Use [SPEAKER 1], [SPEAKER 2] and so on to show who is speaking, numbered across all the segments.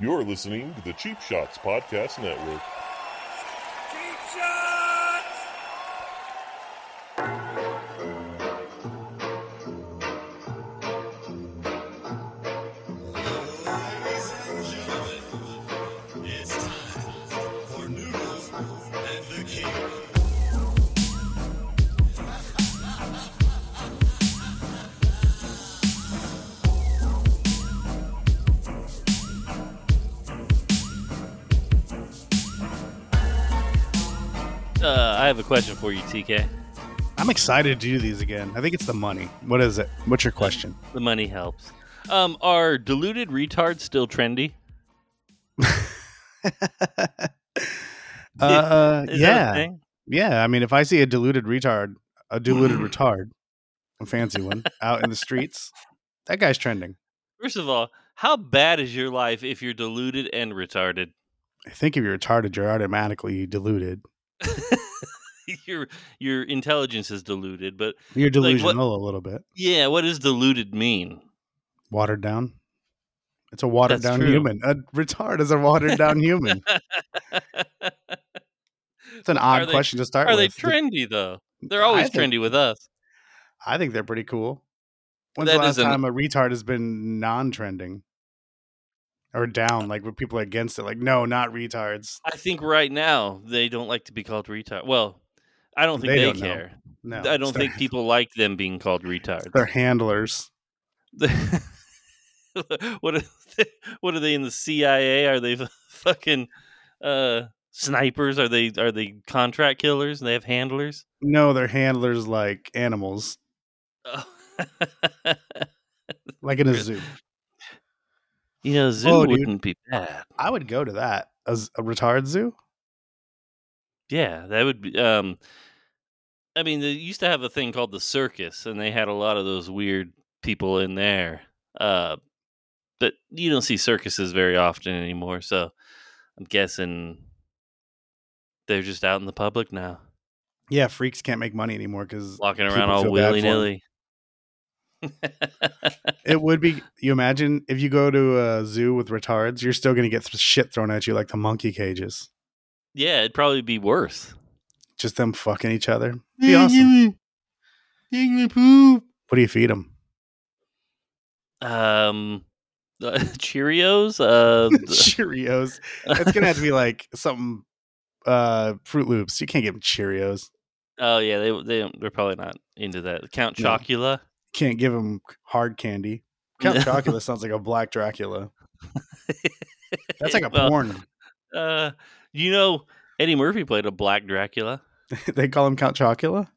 [SPEAKER 1] You're listening to the Cheap Shots Podcast Network.
[SPEAKER 2] Cheap shots!
[SPEAKER 3] Ladies and gentlemen, it's time for Noodles and the King.
[SPEAKER 4] Uh, I have a question for you, TK.
[SPEAKER 5] I'm excited to do these again. I think it's the money. What is it? What's your question?
[SPEAKER 4] The money helps. Um, are diluted retards still trendy?
[SPEAKER 5] uh,
[SPEAKER 4] Is that a
[SPEAKER 5] yeah,
[SPEAKER 4] thing?
[SPEAKER 5] yeah. I mean, if I see a diluted retard, a diluted retard, a fancy one out in the streets, that guy's trending.
[SPEAKER 4] First of all, how bad is your life if you're diluted and retarded?
[SPEAKER 5] I think if you're retarded, you're automatically diluted.
[SPEAKER 4] your your intelligence is diluted, but
[SPEAKER 5] You're
[SPEAKER 4] what-
[SPEAKER 5] delusional a little bit,
[SPEAKER 4] yeah, what does diluted mean?
[SPEAKER 5] watered down. It's a watered
[SPEAKER 4] That's
[SPEAKER 5] down
[SPEAKER 4] true.
[SPEAKER 5] human. A retard is a watered down human. It's an
[SPEAKER 4] Are
[SPEAKER 5] odd
[SPEAKER 4] they-
[SPEAKER 5] question to start
[SPEAKER 4] Are
[SPEAKER 5] with.
[SPEAKER 4] they trendy though? They're always
[SPEAKER 5] I think-
[SPEAKER 4] trendy with us.
[SPEAKER 5] I think they're pretty cool. When's
[SPEAKER 4] That
[SPEAKER 5] the last
[SPEAKER 4] isn't-
[SPEAKER 5] time a retard has been non-trending or down, like where people are against it? Like, no, not retards.
[SPEAKER 4] I think right now they don't like to be called retard. Well, I don't think
[SPEAKER 5] They
[SPEAKER 4] they,
[SPEAKER 5] don't know.
[SPEAKER 4] care.
[SPEAKER 5] No,
[SPEAKER 4] I
[SPEAKER 5] it's
[SPEAKER 4] don't
[SPEAKER 5] their-
[SPEAKER 4] think people like them being called retards.
[SPEAKER 5] it's their handlers.
[SPEAKER 4] The- what are they, what are they in the CIA? Are they f- fucking uh, snipers? Are they are they contract killers? And they have handlers.
[SPEAKER 5] No, their handlers like animals,
[SPEAKER 4] Oh.
[SPEAKER 5] like in a
[SPEAKER 4] Really?
[SPEAKER 5] zoo.
[SPEAKER 4] you know, zoo
[SPEAKER 5] Whoa, dude.
[SPEAKER 4] wouldn't be bad.
[SPEAKER 5] I would go to that as a retard zoo.
[SPEAKER 4] Yeah, that would be. Um, I mean, they used to have a thing called the circus, and they had a lot of those weird people in there. Uh, but you don't see circuses very often anymore, so I'm guessing they're just out in the public now,
[SPEAKER 5] Yeah, freaks can't make money anymore because
[SPEAKER 4] walking
[SPEAKER 5] People
[SPEAKER 4] around all
[SPEAKER 5] feel bad for
[SPEAKER 4] willy
[SPEAKER 5] 'em.
[SPEAKER 4] nilly.
[SPEAKER 5] it would be. You imagine if you go to a zoo with retards, you're still going to get th- shit thrown at you like the monkey cages.
[SPEAKER 4] yeah, it'd probably be worse.
[SPEAKER 5] Just them fucking each other. Be
[SPEAKER 4] e
[SPEAKER 5] awesome.
[SPEAKER 4] Take me poop.
[SPEAKER 5] What do you feed them?
[SPEAKER 4] Um, Cheerios. Uh,
[SPEAKER 5] Cheerios. It's gonna have to be like something uh Fruit Loops. You can't give them Cheerios.
[SPEAKER 4] Oh yeah, they they don't- they're probably not into that. Count
[SPEAKER 5] No.
[SPEAKER 4] Chocula.
[SPEAKER 5] Can't give them hard candy. Count Chocula sounds like a black Dracula. That's like a
[SPEAKER 4] Eh, Well,
[SPEAKER 5] porn.
[SPEAKER 4] Uh, you know, Eddie Murphy played a black Dracula.
[SPEAKER 5] they call him Count
[SPEAKER 4] Uh
[SPEAKER 5] Chocula.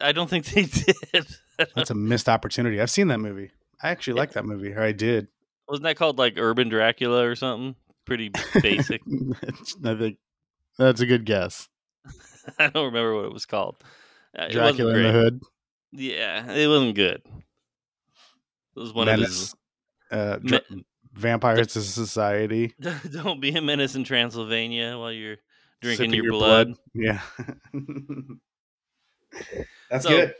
[SPEAKER 4] I don't think they did.
[SPEAKER 5] That's a missed opportunity. I've seen that movie. I actually like that movie, or I did.
[SPEAKER 4] Wasn't that called like Urban Dracula or something? Pretty basic.
[SPEAKER 5] I think that's a good guess.
[SPEAKER 4] I don't remember what it was called. Uh, it wasn't
[SPEAKER 5] Dracula in the
[SPEAKER 4] great.
[SPEAKER 5] Hood.
[SPEAKER 4] Yeah, it wasn't good. It was one
[SPEAKER 5] Menace. Uh,
[SPEAKER 4] of his.
[SPEAKER 5] Dra- Vampires to Society.
[SPEAKER 4] Me- don't be a menace in Transylvania while you're drinking
[SPEAKER 5] Sipping
[SPEAKER 4] your, blood.
[SPEAKER 5] Yeah. that's
[SPEAKER 4] So,
[SPEAKER 5] good.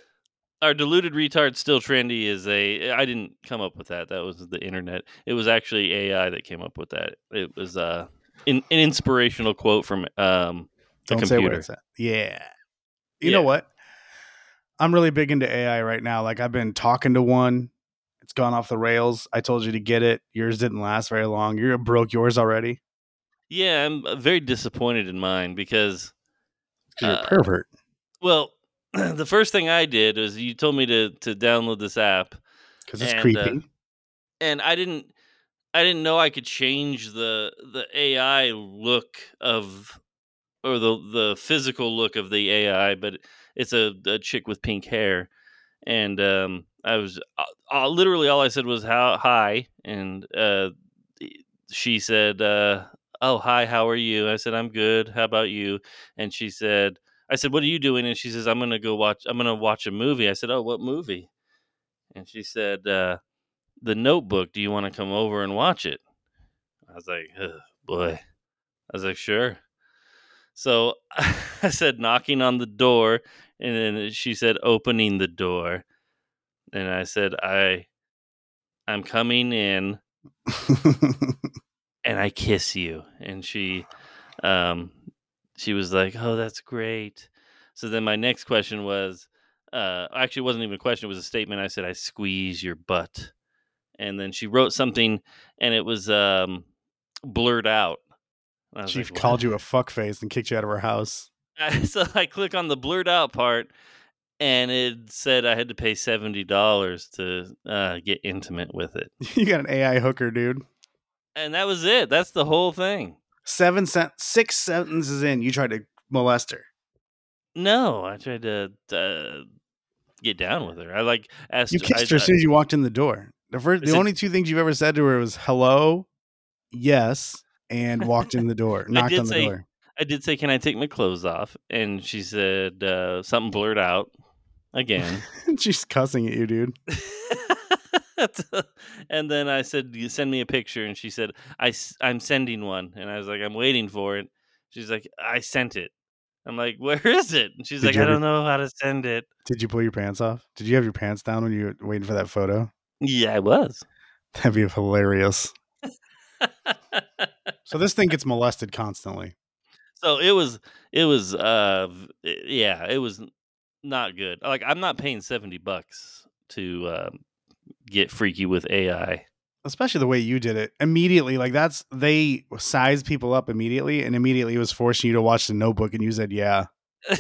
[SPEAKER 4] Our deluded retard still trendy is a. I didn't come up with that. That was the internet. It was actually AI that came up with that. It was uh, in, an inspirational quote from um, the
[SPEAKER 5] Don't say where
[SPEAKER 4] computer.
[SPEAKER 5] it's at. Yeah. You know
[SPEAKER 4] Yeah.
[SPEAKER 5] what? I'm really big into AI right now. Like I've been talking to one. It's gone off the rails. I told you to get it. Yours didn't last very long. You broke yours already.
[SPEAKER 4] yeah, I'm uh, very disappointed in mine because
[SPEAKER 5] 'Cause You're
[SPEAKER 4] Uh,
[SPEAKER 5] a pervert.
[SPEAKER 4] well, the first thing I did was you told me to to download this app,
[SPEAKER 5] Because it's
[SPEAKER 4] and, uh,
[SPEAKER 5] creepy.
[SPEAKER 4] and I didn't I didn't know I could change the the AI look of or the the physical look of the AI, but it's a, a chick with pink hair, and um, I was uh, uh, literally all I said was how hi, and uh, she said uh, oh hi how are you? I said I'm good. How about you? And she said I said what are you doing? And she says I'm gonna go watch I'm gonna watch a movie. I said oh what movie? And she said. Uh, the notebook do you want to come over and watch it i was like Ugh, boy i was like sure so i said knocking on the door and then she said opening the door and i said i i'm coming in and I kiss you. And she, um, she was like, oh, that's great. So then my next question was, uh, actually, it wasn't even a question. It was a statement. I said, I squeeze your butt. And then she wrote something and it was, um, blurred out. I was
[SPEAKER 5] She
[SPEAKER 4] like,
[SPEAKER 5] called
[SPEAKER 4] "What?"
[SPEAKER 5] you a fuckface and kicked you out of her house.
[SPEAKER 4] so I click on the blurred out part, and it said I had to pay seventy dollars to uh, get intimate with it,
[SPEAKER 5] you got an AI hooker, dude.
[SPEAKER 4] and that was it. That's the whole thing.
[SPEAKER 5] Seven sent six sentences in, you tried to molest her.
[SPEAKER 4] No, I tried to uh, get down with her. I like asked.
[SPEAKER 5] You
[SPEAKER 4] I-
[SPEAKER 5] kissed her as soon as you walked in the door. The first,
[SPEAKER 4] Is
[SPEAKER 5] the
[SPEAKER 4] it-
[SPEAKER 5] only two things you've ever said to her was "hello," "yes," and walked in the door, knocked
[SPEAKER 4] did
[SPEAKER 5] on the
[SPEAKER 4] say-
[SPEAKER 5] door.
[SPEAKER 4] I, I did say, "Can I take my clothes off?" And she said uh, something blurred out again.
[SPEAKER 5] She's cussing at you, dude.
[SPEAKER 4] and then I said, "You send me a picture." And she said, I, s- I'm sending one. And I was like, I'm waiting for it. She's like, I sent it. I'm like, where is it? And she's
[SPEAKER 5] Did
[SPEAKER 4] like,
[SPEAKER 5] you
[SPEAKER 4] I
[SPEAKER 5] ever-
[SPEAKER 4] don't know how to send it.
[SPEAKER 5] Did you pull your pants off? Did you have your pants down when you were waiting for that photo?
[SPEAKER 4] Yeah, I was.
[SPEAKER 5] That'd be hilarious. So this thing gets molested constantly.
[SPEAKER 4] so it was, it was, uh, v- i- yeah, it was n- not good. Like, I'm not paying 70 bucks to um, get freaky with AI.
[SPEAKER 5] Especially the way you did it immediately, like that's they size people up immediately, and immediately it was forcing you to watch the Notebook, and you said, "Yeah, dude."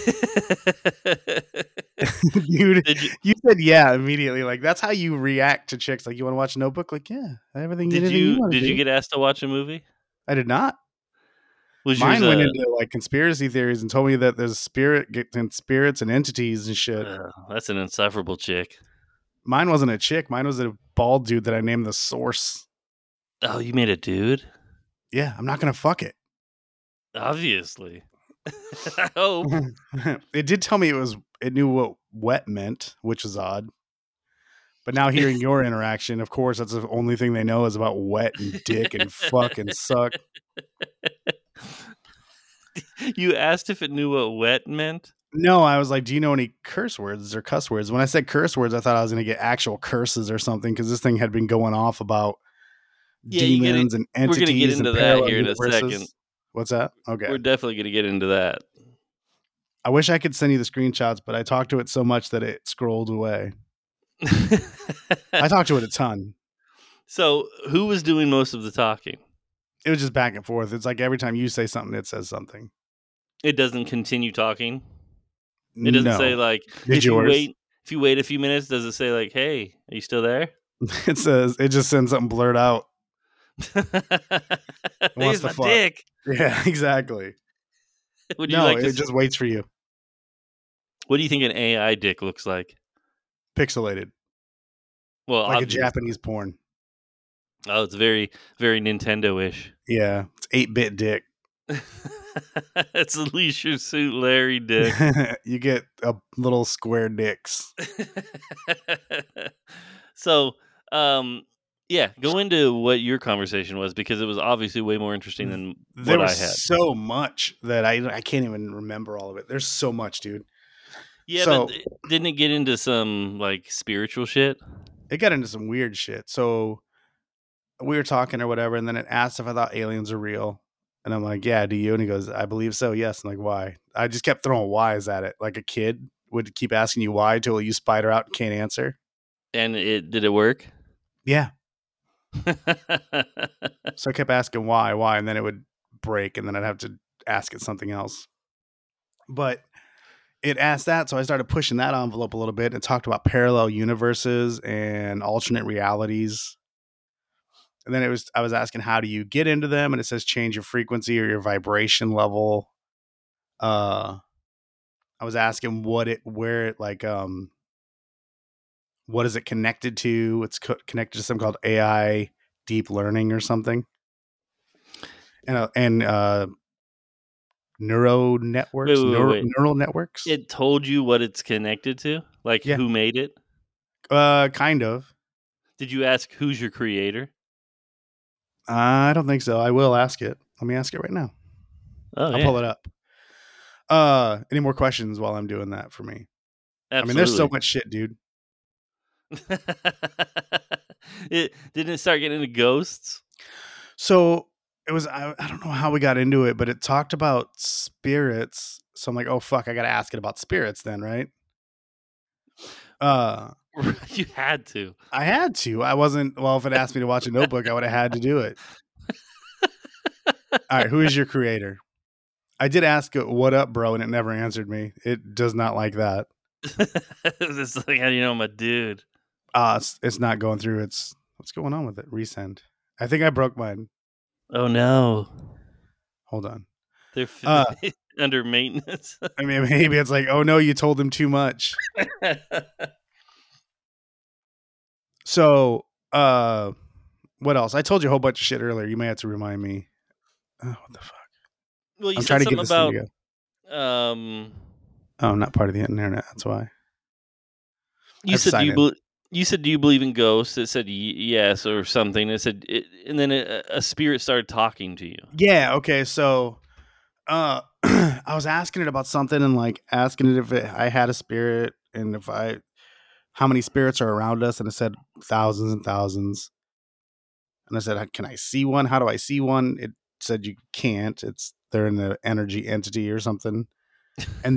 [SPEAKER 4] Did you,
[SPEAKER 5] You said yeah immediately. Like that's how you react to chicks. Like you want to watch Notebook. Like yeah, everything.
[SPEAKER 4] did
[SPEAKER 5] anything
[SPEAKER 4] you,
[SPEAKER 5] wanna
[SPEAKER 4] did you
[SPEAKER 5] do.
[SPEAKER 4] get asked to watch a movie?
[SPEAKER 5] I did not.
[SPEAKER 4] Was yours
[SPEAKER 5] Mine went
[SPEAKER 4] a-
[SPEAKER 5] into like conspiracy theories and told me that there's spirit get- and spirits and entities and shit.
[SPEAKER 4] Ugh, uh, that's an insufferable chick.
[SPEAKER 5] Mine wasn't a chick. Mine was a bald dude that I named the Source.
[SPEAKER 4] Oh, you made a dude?
[SPEAKER 5] Yeah, I'm not gonna fuck it.
[SPEAKER 4] Obviously. Oh, I hope.
[SPEAKER 5] it did tell me it was. It knew what wet meant, which was odd. But now hearing your interaction, of course, that's the only thing they know is about wet and dick and fuck and suck.
[SPEAKER 4] You asked if it knew what wet meant?
[SPEAKER 5] No, I was like, "Do you know any curse words or cuss words?" When I said curse words, I thought I was going to get actual curses or something because this thing had been going off about
[SPEAKER 4] Yeah, you get it-
[SPEAKER 5] demons and
[SPEAKER 4] gonna
[SPEAKER 5] entities.
[SPEAKER 4] get into
[SPEAKER 5] and
[SPEAKER 4] that
[SPEAKER 5] parallel
[SPEAKER 4] here in a
[SPEAKER 5] universes.
[SPEAKER 4] second.
[SPEAKER 5] What's that? Okay,
[SPEAKER 4] We're definitely going to get into that.
[SPEAKER 5] I wish I could send you the screenshots, but I talked to it so much that it scrolled away. I talked to it a ton.
[SPEAKER 4] so, who was doing most of the talking?
[SPEAKER 5] It was just back and forth. It's like every time you say something, it says something.
[SPEAKER 4] It doesn't continue talking. It doesn't
[SPEAKER 5] No.
[SPEAKER 4] say like
[SPEAKER 5] Did
[SPEAKER 4] if you
[SPEAKER 5] yours?
[SPEAKER 4] wait if you wait a few minutes, does it say like, "Hey, are you still there?"
[SPEAKER 5] it says it just sends something blurred out.
[SPEAKER 4] Here's
[SPEAKER 5] the
[SPEAKER 4] my
[SPEAKER 5] fuck?
[SPEAKER 4] dick.
[SPEAKER 5] Yeah, exactly.
[SPEAKER 4] Would you
[SPEAKER 5] no,
[SPEAKER 4] like
[SPEAKER 5] it
[SPEAKER 4] to s-
[SPEAKER 5] just waits for you,
[SPEAKER 4] What do you think an AI dick looks like?
[SPEAKER 5] pixelated,
[SPEAKER 4] Well,
[SPEAKER 5] like
[SPEAKER 4] obvious-
[SPEAKER 5] a Japanese porn.
[SPEAKER 4] Oh, it's very, very Nintendo ish.
[SPEAKER 5] Yeah, it's eight bit dick.
[SPEAKER 4] it's a leisure suit Larry dick.
[SPEAKER 5] you get a little square dicks.
[SPEAKER 4] so, um, yeah, go into what your conversation was because it was obviously way more
[SPEAKER 5] Mm.
[SPEAKER 4] interesting than
[SPEAKER 5] There
[SPEAKER 4] what I
[SPEAKER 5] was
[SPEAKER 4] had.
[SPEAKER 5] so much that I I can't even remember all of it. There's so much, dude.
[SPEAKER 4] Yeah,
[SPEAKER 5] so-
[SPEAKER 4] but th- didn't it get into some like spiritual shit?
[SPEAKER 5] It got into some weird shit. So we were talking or whatever, and then it asked if I thought aliens are real. And I'm like, yeah, do you? And he goes, I believe so, yes. I'm like, why? I just kept throwing whys at it. Like a kid would keep asking you why till you spider out and can't answer.
[SPEAKER 4] And it did it work?
[SPEAKER 5] Yeah. So I kept asking why, why, and then it would break, and then I'd have to ask it something else. But it asked that, so I started pushing that envelope a little bit. It talked about parallel universes and alternate realities. And then it was I was asking how do you get into them, and it says change your frequency or your vibration level. Uh, I was asking what it where it like um what is it connected to? It's co- connected to something called AI deep learning or something, and uh, and uh, neuro networks,
[SPEAKER 4] Wait, wait, wait,
[SPEAKER 5] neuro,
[SPEAKER 4] wait.
[SPEAKER 5] neural networks.
[SPEAKER 4] it told you what it's connected to, like
[SPEAKER 5] Yeah.
[SPEAKER 4] who made it.
[SPEAKER 5] uh, kind of.
[SPEAKER 4] Did you ask who's your creator?
[SPEAKER 5] I don't think so. I will ask it. Let me ask it right now.
[SPEAKER 4] Oh,
[SPEAKER 5] I'll
[SPEAKER 4] yeah,
[SPEAKER 5] pull it up. Uh, any more questions while I'm doing that for me? I mean, there's so
[SPEAKER 4] absolutely.
[SPEAKER 5] much shit, dude.
[SPEAKER 4] it didn't it start getting into ghosts.
[SPEAKER 5] So it was I, I don't know how we got into it, but it talked about spirits. So I'm like, oh fuck, I gotta ask it about spirits then, right? Uh
[SPEAKER 4] you had to.
[SPEAKER 5] I had to. I wasn't well if it asked me to watch a notebook, I would have had to do it. All right, who is your creator? I did ask it what up, bro, and it never answered me. It does not like that.
[SPEAKER 4] it's like, how do you know I'm a dude?
[SPEAKER 5] Uh it's, it's not going through. It's what's going on with it? Resend. I think I broke mine.
[SPEAKER 4] Oh no,
[SPEAKER 5] Hold on.
[SPEAKER 4] they're f-
[SPEAKER 5] Uh.
[SPEAKER 4] under maintenance.
[SPEAKER 5] I mean, maybe it's like, oh no, you told him too much. So, uh, what else? I told you a whole bunch of shit earlier. You may have to remind me. Oh, what the fuck?
[SPEAKER 4] well, you
[SPEAKER 5] I'm
[SPEAKER 4] said
[SPEAKER 5] trying to
[SPEAKER 4] something
[SPEAKER 5] get this
[SPEAKER 4] about
[SPEAKER 5] thing to go.
[SPEAKER 4] um.
[SPEAKER 5] Oh, I'm not part of the internet. That's why.
[SPEAKER 4] You
[SPEAKER 5] I've
[SPEAKER 4] said do
[SPEAKER 5] signed
[SPEAKER 4] you
[SPEAKER 5] in.
[SPEAKER 4] bel you said do you believe in ghosts? It said y- yes or something. It said it, and then a, a spirit started talking to you.
[SPEAKER 5] Yeah. Okay. So, uh, I was asking it about something and like asking it if it, I had a spirit and if I, how many spirits are around us, and it said thousands and thousands. And I said, "Can I see one? How do I see one?" It said, "You can't. It's they're in the energy entity or something." And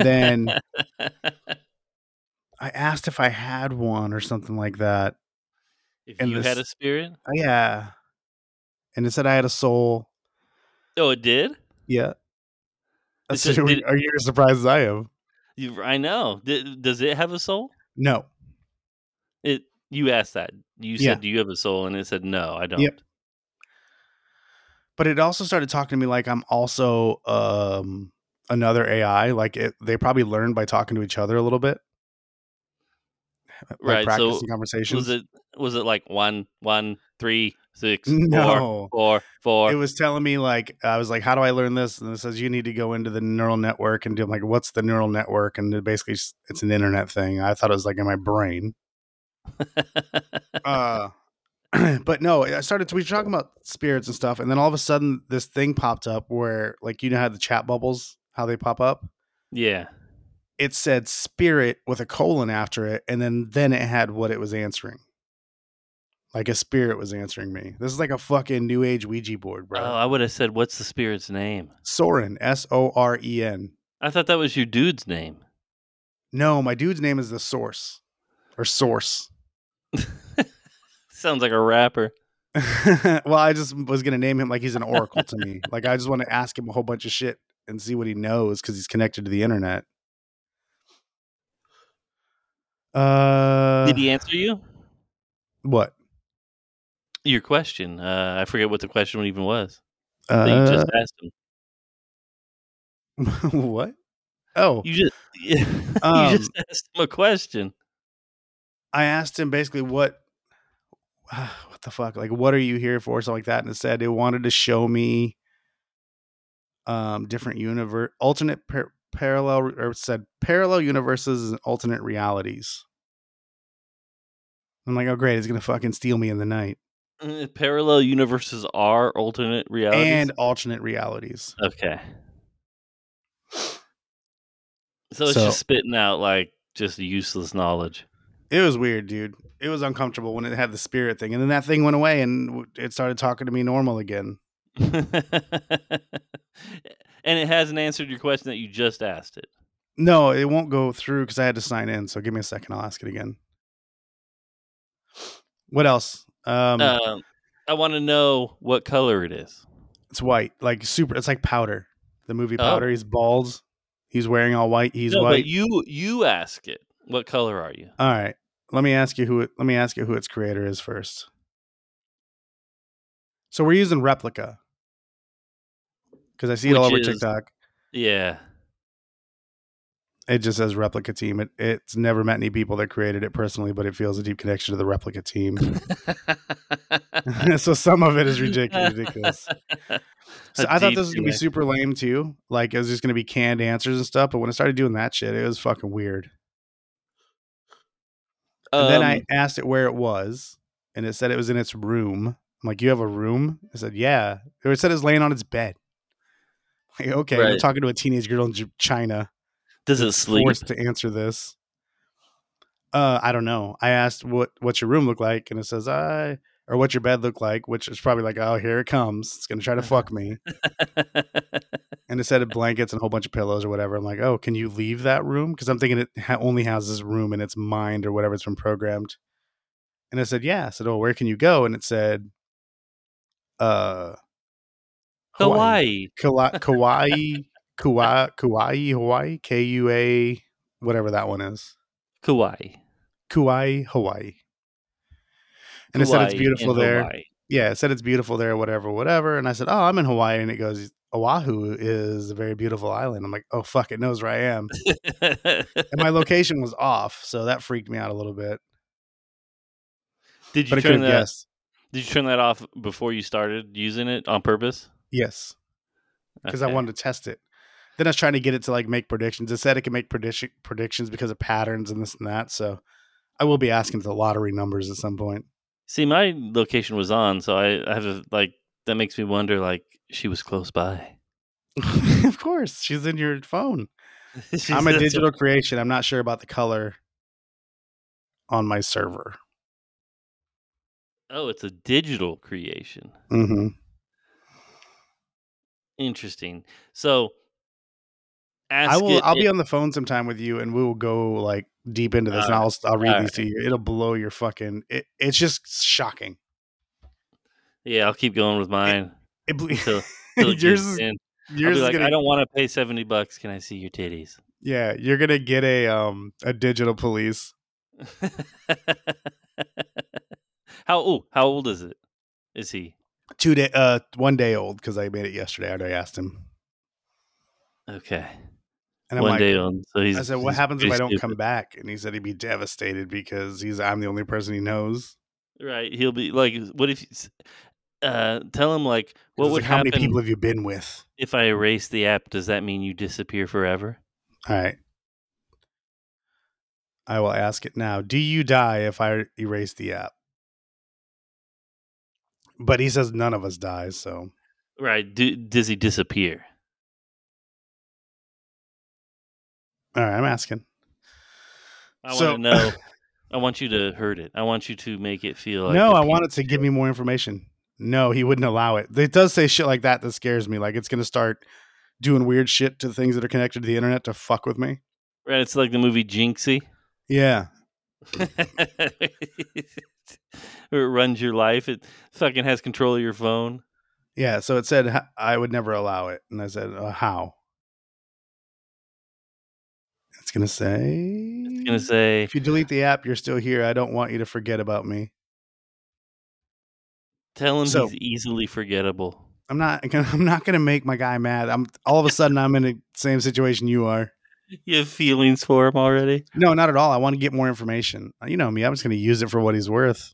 [SPEAKER 5] then I asked if I had one or something like that.
[SPEAKER 4] if
[SPEAKER 5] And
[SPEAKER 4] you had a
[SPEAKER 5] this-
[SPEAKER 4] spirit,
[SPEAKER 5] Oh, yeah. And it said I had a soul.
[SPEAKER 4] oh, it did.
[SPEAKER 5] Yeah. That's
[SPEAKER 4] It said-
[SPEAKER 5] are
[SPEAKER 4] did-
[SPEAKER 5] you as surprised as I am?
[SPEAKER 4] You, I know. Did, does it have a soul?
[SPEAKER 5] No.
[SPEAKER 4] It. You asked that. You said,
[SPEAKER 5] Yeah.
[SPEAKER 4] "Do you have a soul?" And it said, "No, I don't."
[SPEAKER 5] Yep. But it also started talking to me like I'm also um another AI. Like it, they probably learned by talking to each other a little bit. Like
[SPEAKER 4] Right, so
[SPEAKER 5] practicing
[SPEAKER 4] was
[SPEAKER 5] conversations.
[SPEAKER 4] Was it? Was it like one, one, three, six, four,
[SPEAKER 5] no.
[SPEAKER 4] four, four?
[SPEAKER 5] It was telling me like I was like, how do I learn this? And it says you need to go into the neural network and do I'm like, what's the neural network? And it basically s- it's an internet thing. I thought it was like in my brain. uh but no i started to we were talking about spirits and stuff and then all of a sudden this thing popped up where like you know how the chat bubbles how they pop up
[SPEAKER 4] yeah.
[SPEAKER 5] it said spirit with a colon after it and then then it had what it was answering like a spirit was answering me this is like a fucking new age ouija board bro
[SPEAKER 4] Oh, I would have said, "What's the spirit's name?"
[SPEAKER 5] soren s-o-r-e-n
[SPEAKER 4] I thought that was your dude's name.
[SPEAKER 5] no my dude's name is the source or source
[SPEAKER 4] Sounds like a rapper.
[SPEAKER 5] well, I just was gonna name him like he's an oracle to me. Like I just want to ask him a whole bunch of shit and see what he knows because he's connected to the internet. Uh,
[SPEAKER 4] Did he answer you?
[SPEAKER 5] what?
[SPEAKER 4] Your question. Uh, I forget what the question even was that you
[SPEAKER 5] Uh,
[SPEAKER 4] just asked him.
[SPEAKER 5] what? Oh,
[SPEAKER 4] You just
[SPEAKER 5] um,
[SPEAKER 4] you just asked him a question.
[SPEAKER 5] I asked him basically what, what the fuck? Like, what are you here for? Something like that, and it said it wanted to show me, um, different universe, alternate par- parallel, or it said parallel universes and alternate realities. I'm like, oh great, it's gonna fucking steal me in the night
[SPEAKER 4] Uh, Parallel universes are alternate realities.
[SPEAKER 5] and alternate realities.
[SPEAKER 4] okay. So it's
[SPEAKER 5] So-
[SPEAKER 4] just spitting out like just useless knowledge.
[SPEAKER 5] It was weird, dude. It was uncomfortable when it had the spirit thing, and then that thing went away, and w- it started talking to me normal again.
[SPEAKER 4] and it hasn't answered your question that you just asked it.
[SPEAKER 5] No, it won't go through because I had to sign in. So give me a second. I'll ask it again. What else? Um,
[SPEAKER 4] Um, I want to know what color it is.
[SPEAKER 5] it's white, like super. It's like powder. The movie
[SPEAKER 4] Oh.
[SPEAKER 5] Powder. He's bald. He's wearing all white. He's
[SPEAKER 4] no,
[SPEAKER 5] white.
[SPEAKER 4] but you you ask it. What color are you?
[SPEAKER 5] all right. Let me ask you who. It, let me ask you who its creator is first. So we're using replica because I see it all over
[SPEAKER 4] Which is-
[SPEAKER 5] TikTok.
[SPEAKER 4] Yeah.
[SPEAKER 5] It just says replica team. It, it's never met any people that created it personally, but it feels a deep connection to the replica team. so some of it is ridiculous. ridiculous. So
[SPEAKER 4] A
[SPEAKER 5] I thought
[SPEAKER 4] deep
[SPEAKER 5] this was gonna be
[SPEAKER 4] connection.
[SPEAKER 5] super lame too. Like it was just gonna be canned answers and stuff. But when I started doing that shit, it was fucking weird. And then I
[SPEAKER 4] Um,
[SPEAKER 5] asked it where it was, and it said it was in its room. I'm like, "You have a room?" I said, "Yeah." Or It said it was laying on its bed. Like, okay, we
[SPEAKER 4] Right.
[SPEAKER 5] are talking to a teenage girl in J- China,
[SPEAKER 4] does it sleep?
[SPEAKER 5] forced to answer this. Uh, I don't know. I asked what what's your room look like, and it says I or what your bed looked like, which is probably like, oh, here it comes. It's gonna try to fuck me. and instead of blankets and a whole bunch of pillows or whatever, I'm like, oh, can you leave that room? Because I'm thinking it ha- only has this room in its mind or whatever it's been programmed. And I said, yeah. I said, oh, where can you go? And it said, uh,
[SPEAKER 4] Hawaii.
[SPEAKER 5] Kala- Kauai, Kauai, Kauai, Hawaii, K U A, whatever that one is.
[SPEAKER 4] Kauai.
[SPEAKER 5] Kauai, Hawaii. And it said it's
[SPEAKER 4] Kauai
[SPEAKER 5] beautiful
[SPEAKER 4] in
[SPEAKER 5] there.
[SPEAKER 4] Hawaii.
[SPEAKER 5] Yeah, it said it's beautiful there, whatever, whatever. And I said, Oh, I'm in Hawaii. And it goes, Oahu is a very beautiful island. I'm like, Oh, fuck, it knows where I am. And my location was off. So that freaked me out a little bit.
[SPEAKER 4] did you
[SPEAKER 5] But I could
[SPEAKER 4] turn
[SPEAKER 5] have
[SPEAKER 4] that?
[SPEAKER 5] guessed.
[SPEAKER 4] Did you turn that off before you started using it on purpose?
[SPEAKER 5] Yes. Because I
[SPEAKER 4] Okay.
[SPEAKER 5] wanted to test it. Then I was trying to get it to like make predictions. It said it can make prediction predictions because of patterns and this and that. So I will be asking for the lottery numbers at some point.
[SPEAKER 4] See, my location was on, so I, I have a, like that makes me wonder. Like she was close by.
[SPEAKER 5] of course. She's in your phone.
[SPEAKER 4] She's-
[SPEAKER 5] I'm a
[SPEAKER 4] that's
[SPEAKER 5] digital creation. I'm not sure about the color on my server.
[SPEAKER 4] what- oh, it's a digital creation.
[SPEAKER 5] Mm-hmm.
[SPEAKER 4] Interesting. So, ask
[SPEAKER 5] I will.
[SPEAKER 4] it-
[SPEAKER 5] I'll be
[SPEAKER 4] it-
[SPEAKER 5] on the phone sometime with you, and we will go like deep into this, and I'll I'll read
[SPEAKER 4] all
[SPEAKER 5] these to you. It'll blow your fucking. It, it's just shocking.
[SPEAKER 4] yeah, I'll keep going with mine.
[SPEAKER 5] It ble-
[SPEAKER 4] Until, until it
[SPEAKER 5] yours
[SPEAKER 4] gives
[SPEAKER 5] is,
[SPEAKER 4] in. I'll
[SPEAKER 5] yours
[SPEAKER 4] be
[SPEAKER 5] is
[SPEAKER 4] like,
[SPEAKER 5] gonna.
[SPEAKER 4] I don't want to pay seventy bucks. Can I see your titties?
[SPEAKER 5] yeah, you're gonna get a um a digital police.
[SPEAKER 4] how oh, how old is it? Is he?
[SPEAKER 5] Two day, uh, one day old because I made it yesterday. and I asked him,
[SPEAKER 4] Okay.
[SPEAKER 5] and I'm
[SPEAKER 4] One
[SPEAKER 5] like,
[SPEAKER 4] day on. So he's
[SPEAKER 5] I said, "What
[SPEAKER 4] he's
[SPEAKER 5] happens if
[SPEAKER 4] pretty
[SPEAKER 5] I don't come
[SPEAKER 4] stupid."
[SPEAKER 5] back?" And he said he'd be devastated because he's I'm the only person he knows.
[SPEAKER 4] Right. He'll be like what if uh tell him like
[SPEAKER 5] What
[SPEAKER 4] what would
[SPEAKER 5] like, how
[SPEAKER 4] happen
[SPEAKER 5] many people have you been with?
[SPEAKER 4] if I erase the app, does that mean you disappear forever?
[SPEAKER 5] All right. I will ask it now. Do you die if I erase the app? But he says none of us die, so
[SPEAKER 4] Right. Do, does he disappear?
[SPEAKER 5] all right, I'm asking.
[SPEAKER 4] I
[SPEAKER 5] So-
[SPEAKER 4] want to know. I want you to hurt it. I want you to make it feel like
[SPEAKER 5] no,
[SPEAKER 4] the
[SPEAKER 5] I
[SPEAKER 4] pe-
[SPEAKER 5] want it to give me more information. No, he wouldn't allow it. It does say shit like that that scares me. Like it's gonna start doing weird shit to things that are connected to the internet to fuck with me.
[SPEAKER 4] Right. It's like the movie Jinxie.
[SPEAKER 5] Yeah.
[SPEAKER 4] Where it runs your life. It fucking has control of your phone.
[SPEAKER 5] Yeah. So it said h- I would never allow it. And I said, uh, how? It's gonna say
[SPEAKER 4] It's gonna say
[SPEAKER 5] If you delete the app, you're still here. I don't want you to forget about me.
[SPEAKER 4] Tell him
[SPEAKER 5] So-
[SPEAKER 4] he's easily forgettable.
[SPEAKER 5] I'm not. I'm not gonna make my guy mad. I'm all of a sudden I'm in the same situation you are.
[SPEAKER 4] You have feelings for him already.
[SPEAKER 5] No, not at all. I want to get more information. Uh, You know me. I'm just gonna use it for what he's worth.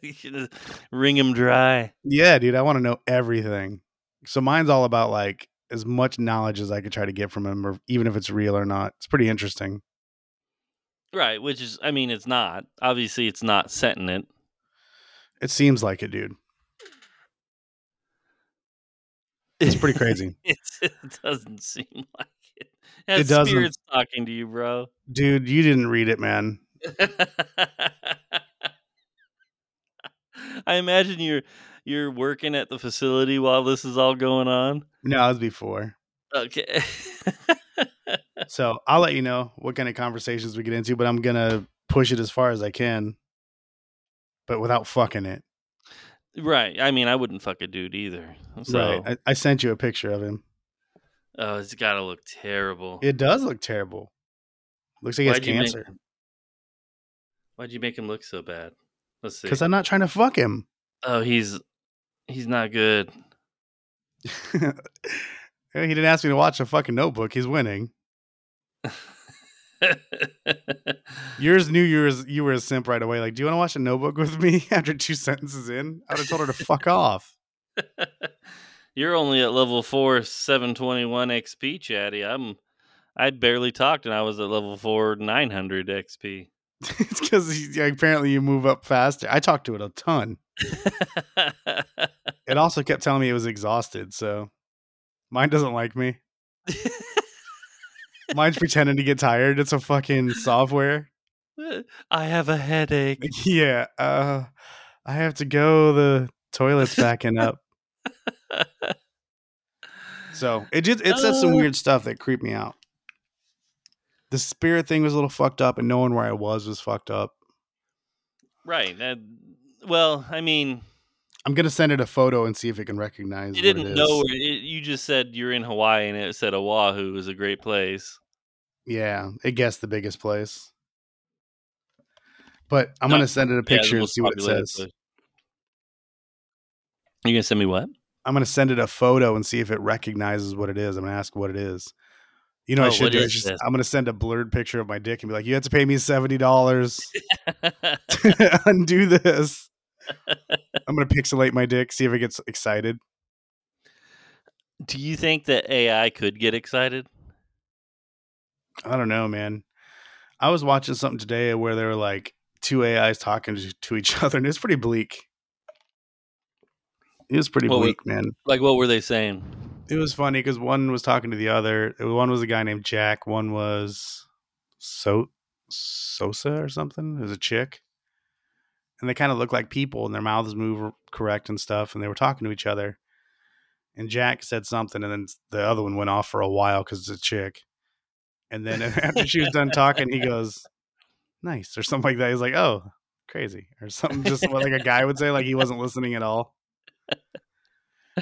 [SPEAKER 4] You should just wring him dry.
[SPEAKER 5] Yeah, dude. I want to know everything. So mine's all about like as much knowledge as I could try to get from him, or even if it's real or not. It's pretty interesting.
[SPEAKER 4] Right, which is, I mean, it's not. Obviously, it's not sentient.
[SPEAKER 5] It seems like it, dude. It's pretty crazy,
[SPEAKER 4] It's, it doesn't seem like it. That
[SPEAKER 5] It doesn't.
[SPEAKER 4] spirit's talking to you, bro.
[SPEAKER 5] dude. You didn't read it, man.
[SPEAKER 4] I imagine you're you're working at the facility while this is all going on.
[SPEAKER 5] No, it was before.
[SPEAKER 4] Okay.
[SPEAKER 5] So I'll let you know what kind of conversations we get into, but I'm gonna push it as far as I can, but without fucking it.
[SPEAKER 4] right. I mean, I wouldn't fuck a dude either. So
[SPEAKER 5] Right. I, I sent you a picture of him.
[SPEAKER 4] Oh, it's got to look terrible.
[SPEAKER 5] It does look terrible. Looks like he has
[SPEAKER 4] Why'd you make
[SPEAKER 5] cancer.
[SPEAKER 4] him- Why'd you make him look so bad? Let's see.
[SPEAKER 5] Because I'm not trying to fuck him.
[SPEAKER 4] oh, he's he's not good.
[SPEAKER 5] he didn't ask me to watch a fucking notebook. He's winning. Yours knew you were you were a simp right away. Like, do you want to watch a notebook with me? After two sentences in, I would have told her to fuck off.
[SPEAKER 4] You're only at level four, seven twenty one XP, Chatty. I'm I barely talked, and I was at level four, nine hundred XP.
[SPEAKER 5] it's because apparently you move up faster. I talked to it a ton. It also kept telling me it was exhausted, so mine doesn't like me. Mine's pretending to get tired. It's a fucking software.
[SPEAKER 4] "Uh, I have a headache.
[SPEAKER 5] yeah. Uh, I have to go. The toilet's backing up. So it just it said some
[SPEAKER 4] Uh.
[SPEAKER 5] weird stuff that creeped me out. The spirit thing was a little fucked up, and knowing where I was was fucked up.
[SPEAKER 4] right. That, well, I mean,
[SPEAKER 5] I'm gonna send it a photo and see if it can recognize.
[SPEAKER 4] you
[SPEAKER 5] what it
[SPEAKER 4] didn't
[SPEAKER 5] is.
[SPEAKER 4] know. Where it, you just said you're in Hawaii, and it said Oahu is a great place.
[SPEAKER 5] Yeah, it guessed the biggest place. But I'm
[SPEAKER 4] Not-
[SPEAKER 5] gonna send it a
[SPEAKER 4] Yeah, the
[SPEAKER 5] picture and
[SPEAKER 4] most
[SPEAKER 5] see what it
[SPEAKER 4] populated
[SPEAKER 5] says.
[SPEAKER 4] place. You gonna send me what?
[SPEAKER 5] I'm gonna send it a photo and see if it recognizes what it is. I'm gonna ask what it is. You know,
[SPEAKER 4] Oh,
[SPEAKER 5] I should
[SPEAKER 4] what
[SPEAKER 5] do. I
[SPEAKER 4] is
[SPEAKER 5] should-
[SPEAKER 4] this?
[SPEAKER 5] I'm gonna send a blurred picture of my dick and be like, "You have to pay me seventy dollars to undo this." I'm gonna pixelate my dick, see if it gets excited.
[SPEAKER 4] Do you think that AI could get excited?
[SPEAKER 5] I don't know, man. I was watching something today where there were like two AIs talking to, to each other, and it's pretty bleak. It was pretty
[SPEAKER 4] What was-
[SPEAKER 5] bleak, man.
[SPEAKER 4] Like, what were they saying?
[SPEAKER 5] It was funny because one was talking to the other. uh, One was a guy named Jack. One was so Sosa or something. It was a chick, and they kind of looked like people, and their mouths move r- correct and stuff. And they were talking to each other. And Jack said something, and then s- the other one went off for a while because it's a chick. And then after she was done talking, he goes, "Nice" or something like that. He's like, "Oh, crazy" or something, just what, like a guy would say, like he wasn't listening at all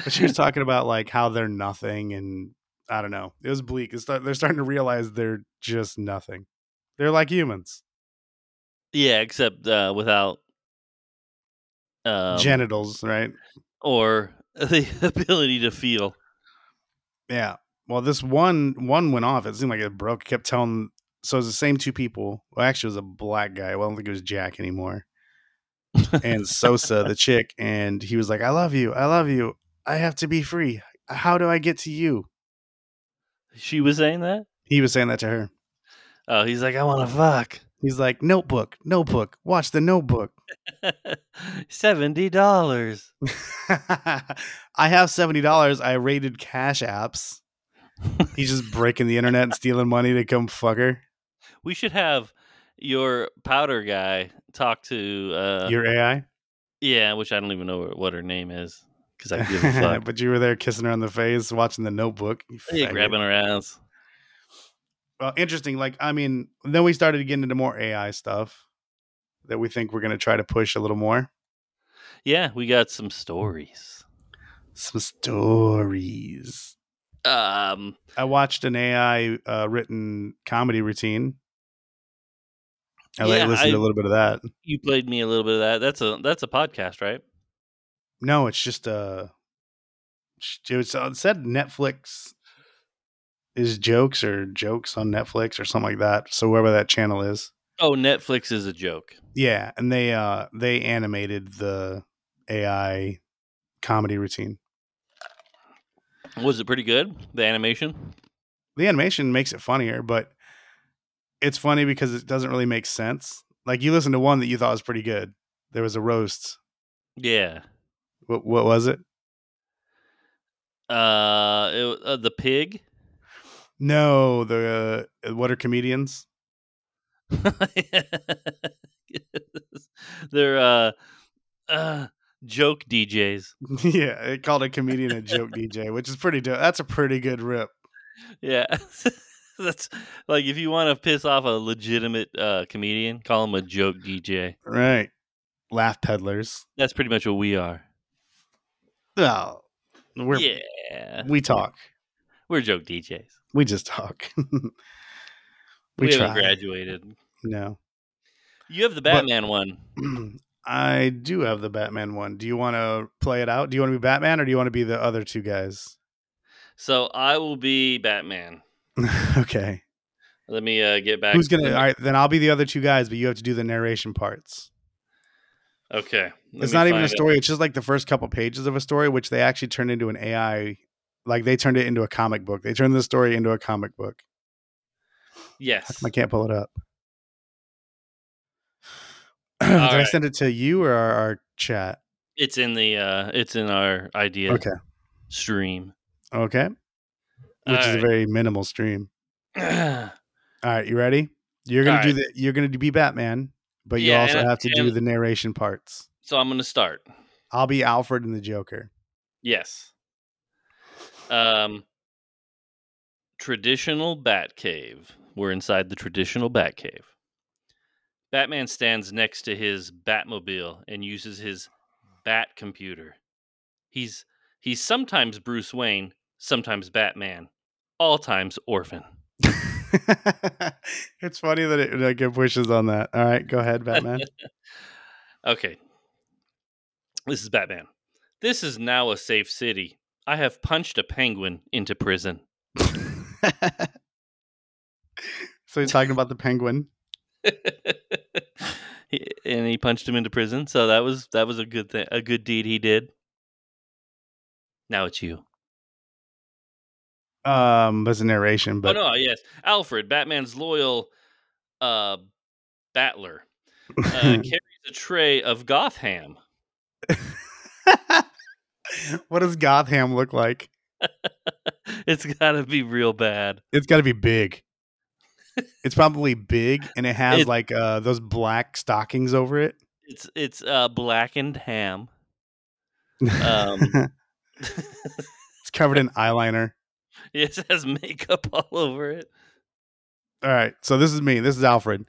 [SPEAKER 5] but she was talking about like how they're nothing and i don't know it was bleak it's start, they're starting to realize they're just nothing they're like humans
[SPEAKER 4] Yeah, except uh, without um,
[SPEAKER 5] genitals right
[SPEAKER 4] or the ability to feel.
[SPEAKER 5] yeah well this one one went off it seemed like it broke It kept telling so it was the same two people well actually it was a black guy well, i don't think it was jack anymore and sosa the chick and he was like i love you i love you i have to be free how do i get to you
[SPEAKER 4] She was saying that.
[SPEAKER 5] he was saying that to her
[SPEAKER 4] Oh, he's like, I want to fuck.
[SPEAKER 5] he's like notebook notebook watch the notebook
[SPEAKER 4] Seventy dollars.
[SPEAKER 5] I have seventy dollars. I raided Cash Apps. He's just breaking the internet and stealing money to come fuck her.
[SPEAKER 4] We should have your powder guy talk to. Uh,
[SPEAKER 5] Your AI,
[SPEAKER 4] yeah, which I don't even know what her name is because I give a fuck.
[SPEAKER 5] but you were there kissing her on the face, watching the Notebook. you
[SPEAKER 4] yeah,
[SPEAKER 5] faggot.
[SPEAKER 4] grabbing her ass.
[SPEAKER 5] Well, interesting. Like, I mean, then we started getting into more AI stuff that we think we're gonna try to push a little more.
[SPEAKER 4] Yeah, we got some stories.
[SPEAKER 5] Some stories.
[SPEAKER 4] Um,
[SPEAKER 5] I watched an AI uh, written comedy routine. I like
[SPEAKER 4] Yeah,
[SPEAKER 5] listened to
[SPEAKER 4] I-
[SPEAKER 5] a little bit of that.
[SPEAKER 4] you played me a little bit of that. That's a that's a podcast, right?
[SPEAKER 5] No, it's just uh, sh- it, was, uh, it said Netflix is jokes or jokes on Netflix or something like that. So wherever that channel is,
[SPEAKER 4] Oh, Netflix is a joke.
[SPEAKER 5] yeah, and they uh they animated the AI comedy routine.
[SPEAKER 4] Was it pretty good? The animation.
[SPEAKER 5] The animation makes it funnier, but it's funny because it doesn't really make sense. Like you listen to one that you thought was pretty good. There was a roast.
[SPEAKER 4] Yeah.
[SPEAKER 5] What what was it?
[SPEAKER 4] Uh, it, uh the pig.
[SPEAKER 5] No, the uh, what are comedians?
[SPEAKER 4] They're uh, uh, joke DJs.
[SPEAKER 5] yeah, it called a comedian a joke DJ, which is pretty dope. That's a pretty good rip.
[SPEAKER 4] Yeah. That's like if you want to piss off a legitimate uh, comedian, call him a joke DJ.
[SPEAKER 5] Right. Laugh peddlers.
[SPEAKER 4] That's pretty much what we are.
[SPEAKER 5] Oh, we're
[SPEAKER 4] yeah.
[SPEAKER 5] we talk.
[SPEAKER 4] We're joke DJs.
[SPEAKER 5] We just talk. we
[SPEAKER 4] We, haven't
[SPEAKER 5] try.
[SPEAKER 4] graduated.
[SPEAKER 5] no.
[SPEAKER 4] You have the
[SPEAKER 5] But-
[SPEAKER 4] Batman one.
[SPEAKER 5] I do have the Batman one. Do you want to play it out? Do you want to be Batman or do you want to be the other two guys?
[SPEAKER 4] So I will be Batman.
[SPEAKER 5] okay.
[SPEAKER 4] Let me uh, get back.
[SPEAKER 5] Who's going
[SPEAKER 4] let
[SPEAKER 5] to
[SPEAKER 4] me-
[SPEAKER 5] All right, then I'll be the other two guys, but you have to do the narration parts.
[SPEAKER 4] Okay. let
[SPEAKER 5] it's
[SPEAKER 4] me
[SPEAKER 5] not even
[SPEAKER 4] find
[SPEAKER 5] a
[SPEAKER 4] it.
[SPEAKER 5] story. It's just like the first couple pages of a story, which they actually turned into an AI. Like they turned it into a comic book. They turned the story into a comic book. How
[SPEAKER 4] Yes.
[SPEAKER 5] come I can't pull it up? Did I
[SPEAKER 4] right.
[SPEAKER 5] send it to you or our, our chat?
[SPEAKER 4] It's in the uh it's in our idea
[SPEAKER 5] Okay.
[SPEAKER 4] stream.
[SPEAKER 5] Okay. Which is a
[SPEAKER 4] Alright.
[SPEAKER 5] very minimal stream. All right, you ready? You're gonna
[SPEAKER 4] All
[SPEAKER 5] do the you're gonna be Batman, but
[SPEAKER 4] Yeah,
[SPEAKER 5] you also
[SPEAKER 4] and-
[SPEAKER 5] have to do
[SPEAKER 4] and-
[SPEAKER 5] the narration parts.
[SPEAKER 4] So I'm gonna start.
[SPEAKER 5] I'll be Alfred and the Joker.
[SPEAKER 4] Yes. Um traditional bat cave. We're inside the traditional bat cave. Batman stands next to his Batmobile and uses his bat computer. He's he's sometimes Bruce Wayne, sometimes Batman, all times orphan.
[SPEAKER 5] it's funny that it like it pushes on that. All right, go ahead, Batman.
[SPEAKER 4] Okay. This is Batman. This is now a safe city. I have punched a penguin into prison.
[SPEAKER 5] so he's talking about the penguin.
[SPEAKER 4] He- and he punched him into prison. So that was that was a good thing, a good deed he did. Now it's you. Oh,
[SPEAKER 5] Um, that's a narration, but
[SPEAKER 4] oh no, yes, Alfred, Batman's loyal, uh, battler, uh, carries a tray of goth ham.
[SPEAKER 5] what does Gotham look like?
[SPEAKER 4] It's gotta be real bad.
[SPEAKER 5] It's got to be big. It's probably big, and it has
[SPEAKER 4] It-
[SPEAKER 5] like uh, those black stockings over it.
[SPEAKER 4] It's it's uh blackened ham. Um,
[SPEAKER 5] it's covered in eyeliner.
[SPEAKER 4] It has makeup all over it.
[SPEAKER 5] All right, so this is me. This is Alfred.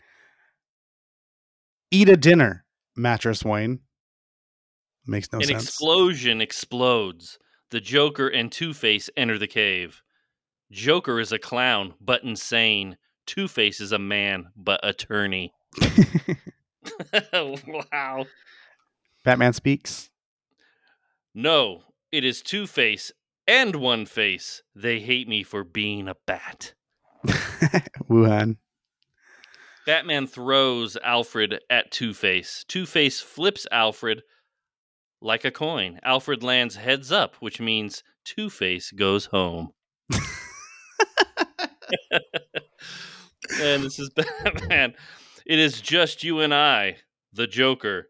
[SPEAKER 5] Eat a dinner, mattress Wayne. Makes no
[SPEAKER 4] An
[SPEAKER 5] sense.
[SPEAKER 4] explosion explodes. The Joker and Two Face enter the cave. Joker is a clown, but insane. Two Face is a man, but attorney. wow.
[SPEAKER 5] Batman speaks.
[SPEAKER 4] No, it is Two Face and One Face. They hate me for being a bat.
[SPEAKER 5] Wuhan.
[SPEAKER 4] Batman throws Alfred at Two Face. Two Face flips Alfred like a coin. Alfred lands heads up, which means Two Face goes home. and this is Batman. It is just you and I, the Joker,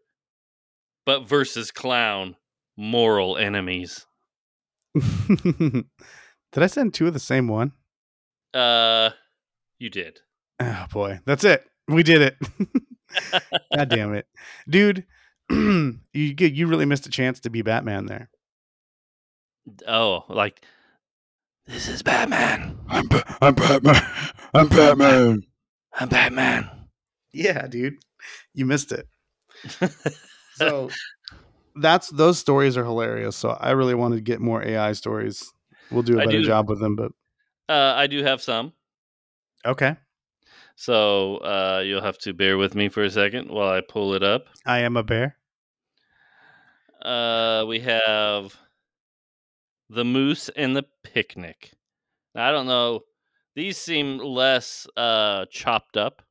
[SPEAKER 4] but versus clown, moral enemies.
[SPEAKER 5] Did I send two of the same one?
[SPEAKER 4] Uh, you did.
[SPEAKER 5] Oh boy, that's it. We did it. God damn it, dude. you get you really missed a chance to be Batman there.
[SPEAKER 4] Oh, like this is Batman.
[SPEAKER 5] I'm, I'm Batman. I'm Batman.
[SPEAKER 4] I'm Batman.
[SPEAKER 5] Yeah, dude, you missed it. So that's those stories are hilarious. So I really want to get more AI stories. We'll do a
[SPEAKER 4] I
[SPEAKER 5] better
[SPEAKER 4] do-
[SPEAKER 5] job with them, but
[SPEAKER 4] Uh, I do have some,
[SPEAKER 5] okay.
[SPEAKER 4] so uh, you'll have to bear with me for a second while I pull it up.
[SPEAKER 5] I am a bear.
[SPEAKER 4] Uh, we have the moose and the picnic. Now, I don't know; these seem less uh, chopped up.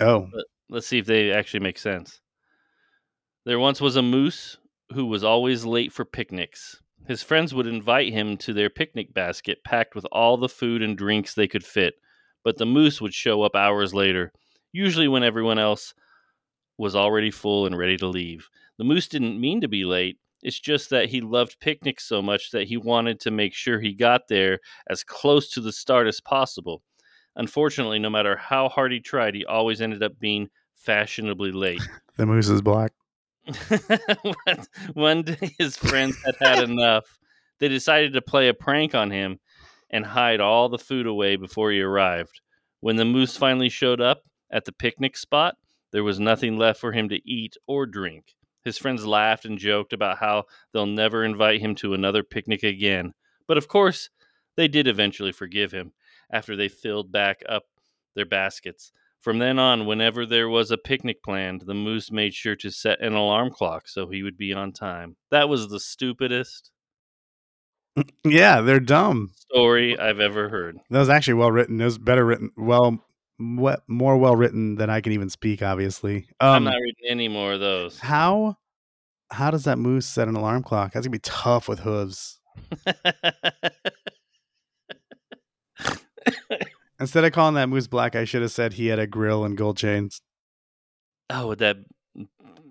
[SPEAKER 5] Oh,
[SPEAKER 4] Let's see if they actually make sense. There once was a moose who was always late for picnics. His friends would invite him to their picnic basket packed with all the food and drinks they could fit, but the moose would show up hours later, usually when everyone else was already full and ready to leave. The moose didn't mean to be late, it's just that he loved picnics so much that he wanted to make sure he got there as close to the start as possible. Unfortunately, no matter how hard he tried, he always ended up being fashionably late.
[SPEAKER 5] the moose is black.
[SPEAKER 4] One- One day, his friends had had enough. They decided to play a prank on him and hide all the food away before he arrived. When the moose finally showed up at the picnic spot, there was nothing left for him to eat or drink. His friends laughed and joked about how they'll never invite him to another picnic again. But of course, they did eventually forgive him after they filled back up their baskets. From then on, whenever there was a picnic planned, the moose made sure to set an alarm clock so he would be on time. That was the stupidest
[SPEAKER 5] Yeah, they're dumb.
[SPEAKER 4] story I've ever heard.
[SPEAKER 5] That was actually well written. It was better written. Well, what more well written than I can even speak. Obviously,
[SPEAKER 4] I'm
[SPEAKER 5] um,
[SPEAKER 4] not reading any more of those.
[SPEAKER 5] how how does that moose set an alarm clock? That's gonna be tough with hooves. Instead of calling that moose black, I should have said he had a grill and gold chains.
[SPEAKER 4] oh, would that?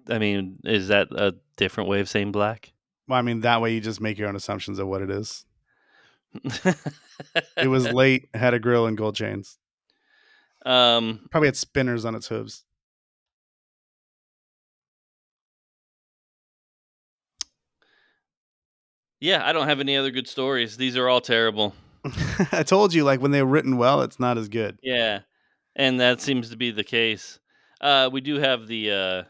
[SPEAKER 4] I mean, is that a different way of saying black?
[SPEAKER 5] Well, I mean, that way you just make your own assumptions of what it is. It was late, had a grill and gold chains.
[SPEAKER 4] Um,
[SPEAKER 5] Probably had spinners on its hooves.
[SPEAKER 4] yeah, I don't have any other good stories. These are all terrible.
[SPEAKER 5] I told you, like when they're written well, it's not as good.
[SPEAKER 4] Yeah, and that seems to be the case. Uh, we do have the uh,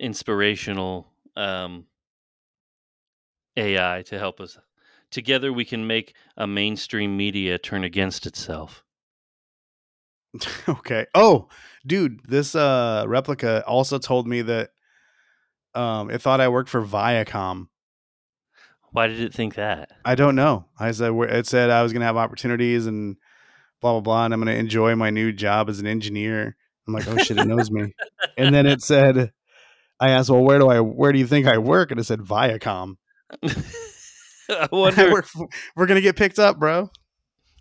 [SPEAKER 4] inspirational um, AI to help us. Together, we can make a mainstream media turn against itself.
[SPEAKER 5] okay. Oh, dude, this uh replica also told me that um it thought I worked for Viacom.
[SPEAKER 4] Why did it think that?
[SPEAKER 5] I don't know. I said where- it said I was gonna have opportunities and blah blah blah, and I'm gonna enjoy my new job as an engineer. I'm like, oh shit, it knows me. And then it said, I asked, well, where do I, where do you think I work? And it said Viacom.
[SPEAKER 4] I wonder.
[SPEAKER 5] we're, we're gonna get picked up, bro.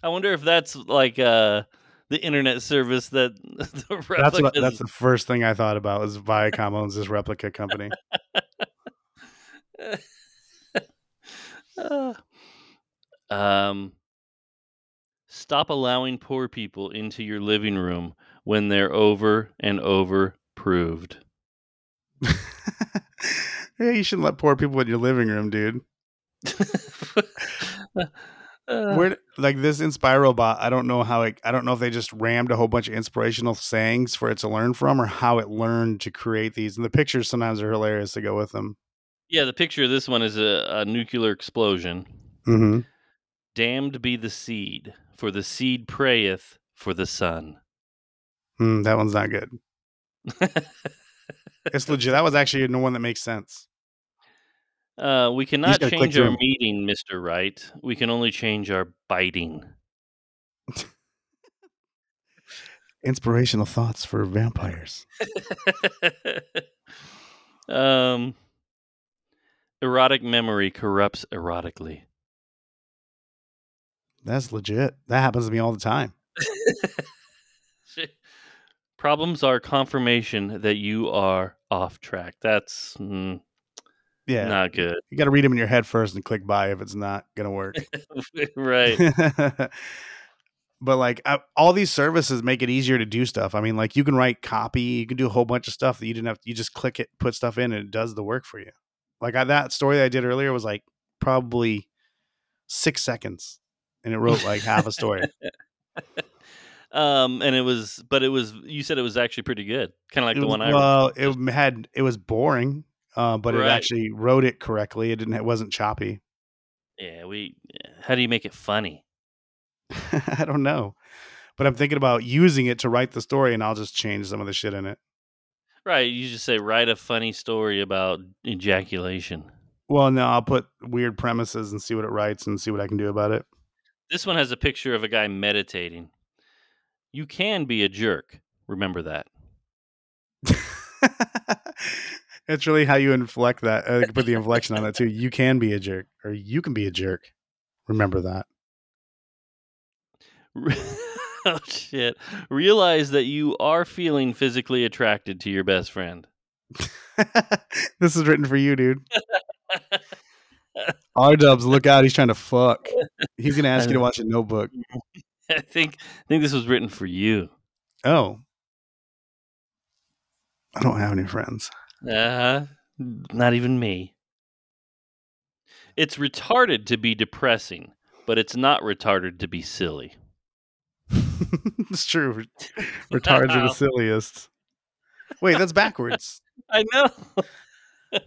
[SPEAKER 4] I wonder if that's like uh, the internet service that the
[SPEAKER 5] That's
[SPEAKER 4] replica.
[SPEAKER 5] what, that's the first thing I thought about was Viacom owns this replica company.
[SPEAKER 4] Uh, um, stop allowing poor people into your living room when they're over and over proved.
[SPEAKER 5] yeah, you shouldn't let poor people in your living room, dude.
[SPEAKER 4] Uh,
[SPEAKER 5] Where like this Inspirobot, I don't know how it. I don't know if they just rammed a whole bunch of inspirational sayings for it to learn from, or how it learned to create these. And the pictures sometimes are hilarious to go with them.
[SPEAKER 4] yeah, the picture of this one is a, a nuclear explosion.
[SPEAKER 5] Mm-hmm.
[SPEAKER 4] Damned be the seed, for the seed prayeth for the sun.
[SPEAKER 5] Mm, that one's not good. It's legit. That was actually the one that makes sense.
[SPEAKER 4] Uh, we cannot
[SPEAKER 5] gotta click
[SPEAKER 4] change our
[SPEAKER 5] through 'em.
[SPEAKER 4] meeting, Mr. Wright. We can only change our biting.
[SPEAKER 5] Inspirational thoughts for vampires.
[SPEAKER 4] um, erotic memory corrupts erotically.
[SPEAKER 5] That's legit. That happens to me all the time.
[SPEAKER 4] Problems are confirmation that you are off track. That's mm,
[SPEAKER 5] Yeah,
[SPEAKER 4] not good.
[SPEAKER 5] you got to read them in your head first and click buy if it's not gonna work.
[SPEAKER 4] right.
[SPEAKER 5] but like I, all these services make it easier to do stuff. I mean, like you can write copy, you can do a whole bunch of stuff that you didn't have. You just click it, put stuff in, and it does the work for you. Like I, that story that I did earlier was like probably six seconds, and it wrote like half a story.
[SPEAKER 4] Um, and it was, but it was, you said it was actually pretty good. Kind of like
[SPEAKER 5] It
[SPEAKER 4] the
[SPEAKER 5] was-
[SPEAKER 4] one I wrote.
[SPEAKER 5] well, it had it was boring, uh, but it
[SPEAKER 4] Right.
[SPEAKER 5] actually wrote it correctly. It didn't. It wasn't choppy.
[SPEAKER 4] Yeah. We, how do you make it funny?
[SPEAKER 5] I don't know, but I'm thinking about using it to write the story, and I'll just change some of the shit in it.
[SPEAKER 4] Right. You just say, write a funny story about ejaculation.
[SPEAKER 5] Well, no, I'll put weird premises and see what it writes and see what I can do about it.
[SPEAKER 4] This one has a picture of a guy meditating. You can be a jerk. Remember that.
[SPEAKER 5] it's really how you inflect that. Uh, put the inflection on it too. You can be a jerk, or you can be a jerk. Remember that.
[SPEAKER 4] oh shit. Realize that you are feeling physically attracted to your best friend.
[SPEAKER 5] this is written for you, dude. R Dubs, look out! He's trying to fuck. He's gonna ask you to watch a notebook.
[SPEAKER 4] I think I think this was written for you.
[SPEAKER 5] Oh, I don't have any friends.
[SPEAKER 4] Uh-huh. Not even me. It's retarded to be depressing, but it's not retarded to be silly.
[SPEAKER 5] it's true. Retards are the
[SPEAKER 4] Wow.
[SPEAKER 5] silliest. Wait, that's backwards.
[SPEAKER 4] I know.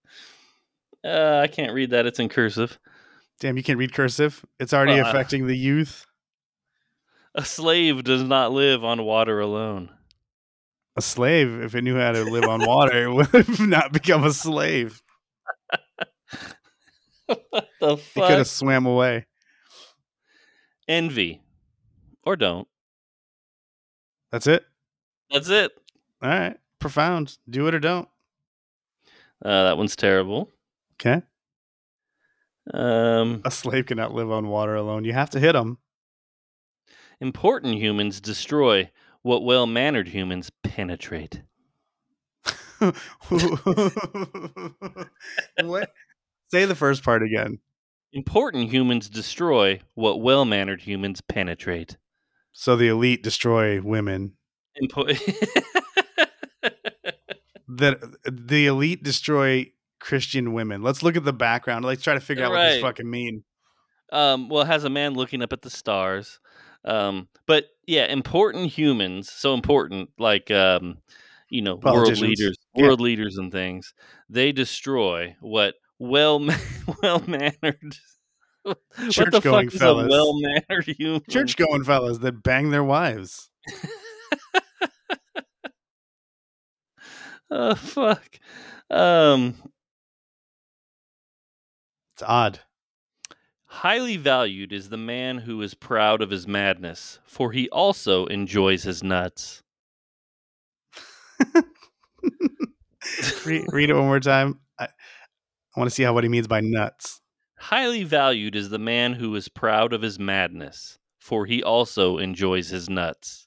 [SPEAKER 4] uh, I can't read that. It's in cursive.
[SPEAKER 5] Damn, you can't read cursive. It's already
[SPEAKER 4] Uh.
[SPEAKER 5] affecting the youth.
[SPEAKER 4] A slave does not live on water alone.
[SPEAKER 5] A slave, if it knew how to live on water, would have not become a slave.
[SPEAKER 4] what the
[SPEAKER 5] It could
[SPEAKER 4] fuck?
[SPEAKER 5] have swam away.
[SPEAKER 4] Envy. Or don't.
[SPEAKER 5] That's it.
[SPEAKER 4] That's it.
[SPEAKER 5] All right. Profound. Do it or don't.
[SPEAKER 4] Uh, that one's terrible.
[SPEAKER 5] Okay. Uh
[SPEAKER 4] Um,
[SPEAKER 5] A slave cannot live on water alone. You have to hit him.
[SPEAKER 4] important humans destroy what well mannered humans penetrate.
[SPEAKER 5] what? Say the first part again.
[SPEAKER 4] Important humans destroy what well mannered humans penetrate.
[SPEAKER 5] So the elite destroy women.
[SPEAKER 4] Impo-
[SPEAKER 5] That the elite destroy Christian women. Let's look at the background. Let's try to figure out what this
[SPEAKER 4] Right.
[SPEAKER 5] fucking mean.
[SPEAKER 4] um, well, it has a man looking up at the stars. Um, but yeah, important humans, so important, like um, you know, world
[SPEAKER 5] Politicians.
[SPEAKER 4] leaders,
[SPEAKER 5] Yeah.
[SPEAKER 4] world leaders, and things. They destroy what well well mannered. what the fuck
[SPEAKER 5] Church-going
[SPEAKER 4] is a
[SPEAKER 5] fellas.
[SPEAKER 4] well mannered human?
[SPEAKER 5] Church going fellas that bang their wives.
[SPEAKER 4] Oh fuck. Um,
[SPEAKER 5] It's odd.
[SPEAKER 4] highly valued is the man who is proud of his madness, for he also enjoys his nuts.
[SPEAKER 5] Read, read it one more time. I, I want to see how what he means by nuts.
[SPEAKER 4] Highly valued is the man who is proud of his madness, for he also enjoys his nuts.